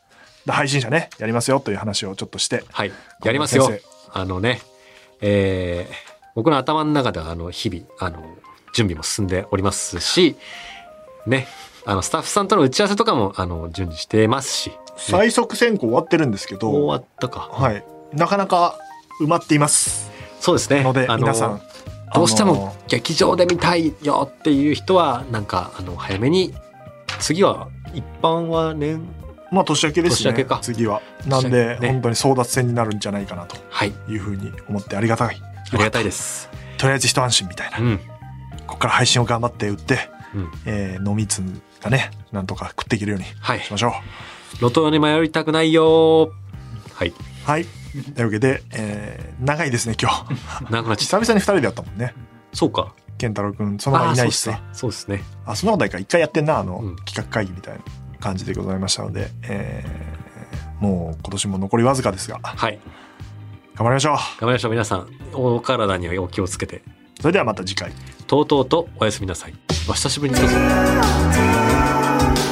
Speaker 1: で配信者ね、やりますよという話をちょっとして。
Speaker 2: はい。やりますよ
Speaker 1: 先。
Speaker 2: あのね、えー僕の頭の中では、あの、日々、あの、準備も進んでおりますし、ね、あの、スタッフさんとの打ち合わせとかも、あの、順次してますし、ね
Speaker 1: 最速選考終わってるんですけ
Speaker 2: 終わ
Speaker 1: ど、
Speaker 2: ったか。
Speaker 1: はい。なかなか埋まっています。
Speaker 2: そうですね。
Speaker 1: ので、
Speaker 2: あ
Speaker 1: 皆さん。
Speaker 2: どうして
Speaker 1: あのー
Speaker 2: も劇場で見たいよっていう人は、なんか、あの、早めに、次は、一般は年、
Speaker 1: まあ年明けですね
Speaker 2: 年明けか
Speaker 1: 次はなんで、
Speaker 2: 年明けね
Speaker 1: 本当に争奪戦になるんじゃないかなと
Speaker 2: はい、
Speaker 1: いうふうに思ってありがたい
Speaker 2: ありがたいです。
Speaker 1: とりあえず一安心みたいな、
Speaker 2: うん。
Speaker 1: ここから配信を頑張って売って、
Speaker 2: うん
Speaker 1: えー、飲みつがねなんとか食っていけるように
Speaker 2: はい。
Speaker 1: しましょう
Speaker 2: 路頭に迷いたくないよはい。
Speaker 1: はいというわけで、えー、長いですね今 日
Speaker 2: なくなっち
Speaker 1: 久
Speaker 2: ゃっ
Speaker 1: 々に二人でやったもんね
Speaker 2: た。そうか。
Speaker 1: 健太郎くんそのままいないし
Speaker 2: あ
Speaker 1: さ
Speaker 2: ーそうですね。そうですね。
Speaker 1: あそんなことないから一回やってんなあの、
Speaker 2: うん
Speaker 1: 企画会議みたいな感じでございましたので、えー、もう今年も残りわずかですが頑
Speaker 2: はい。
Speaker 1: 張りましょう
Speaker 2: 頑張りましょう。皆さん、お体にはお気をつけて、
Speaker 1: それではまた次回
Speaker 2: とうとうとおやすみなさい。お久しぶりにどうぞ。
Speaker 3: 「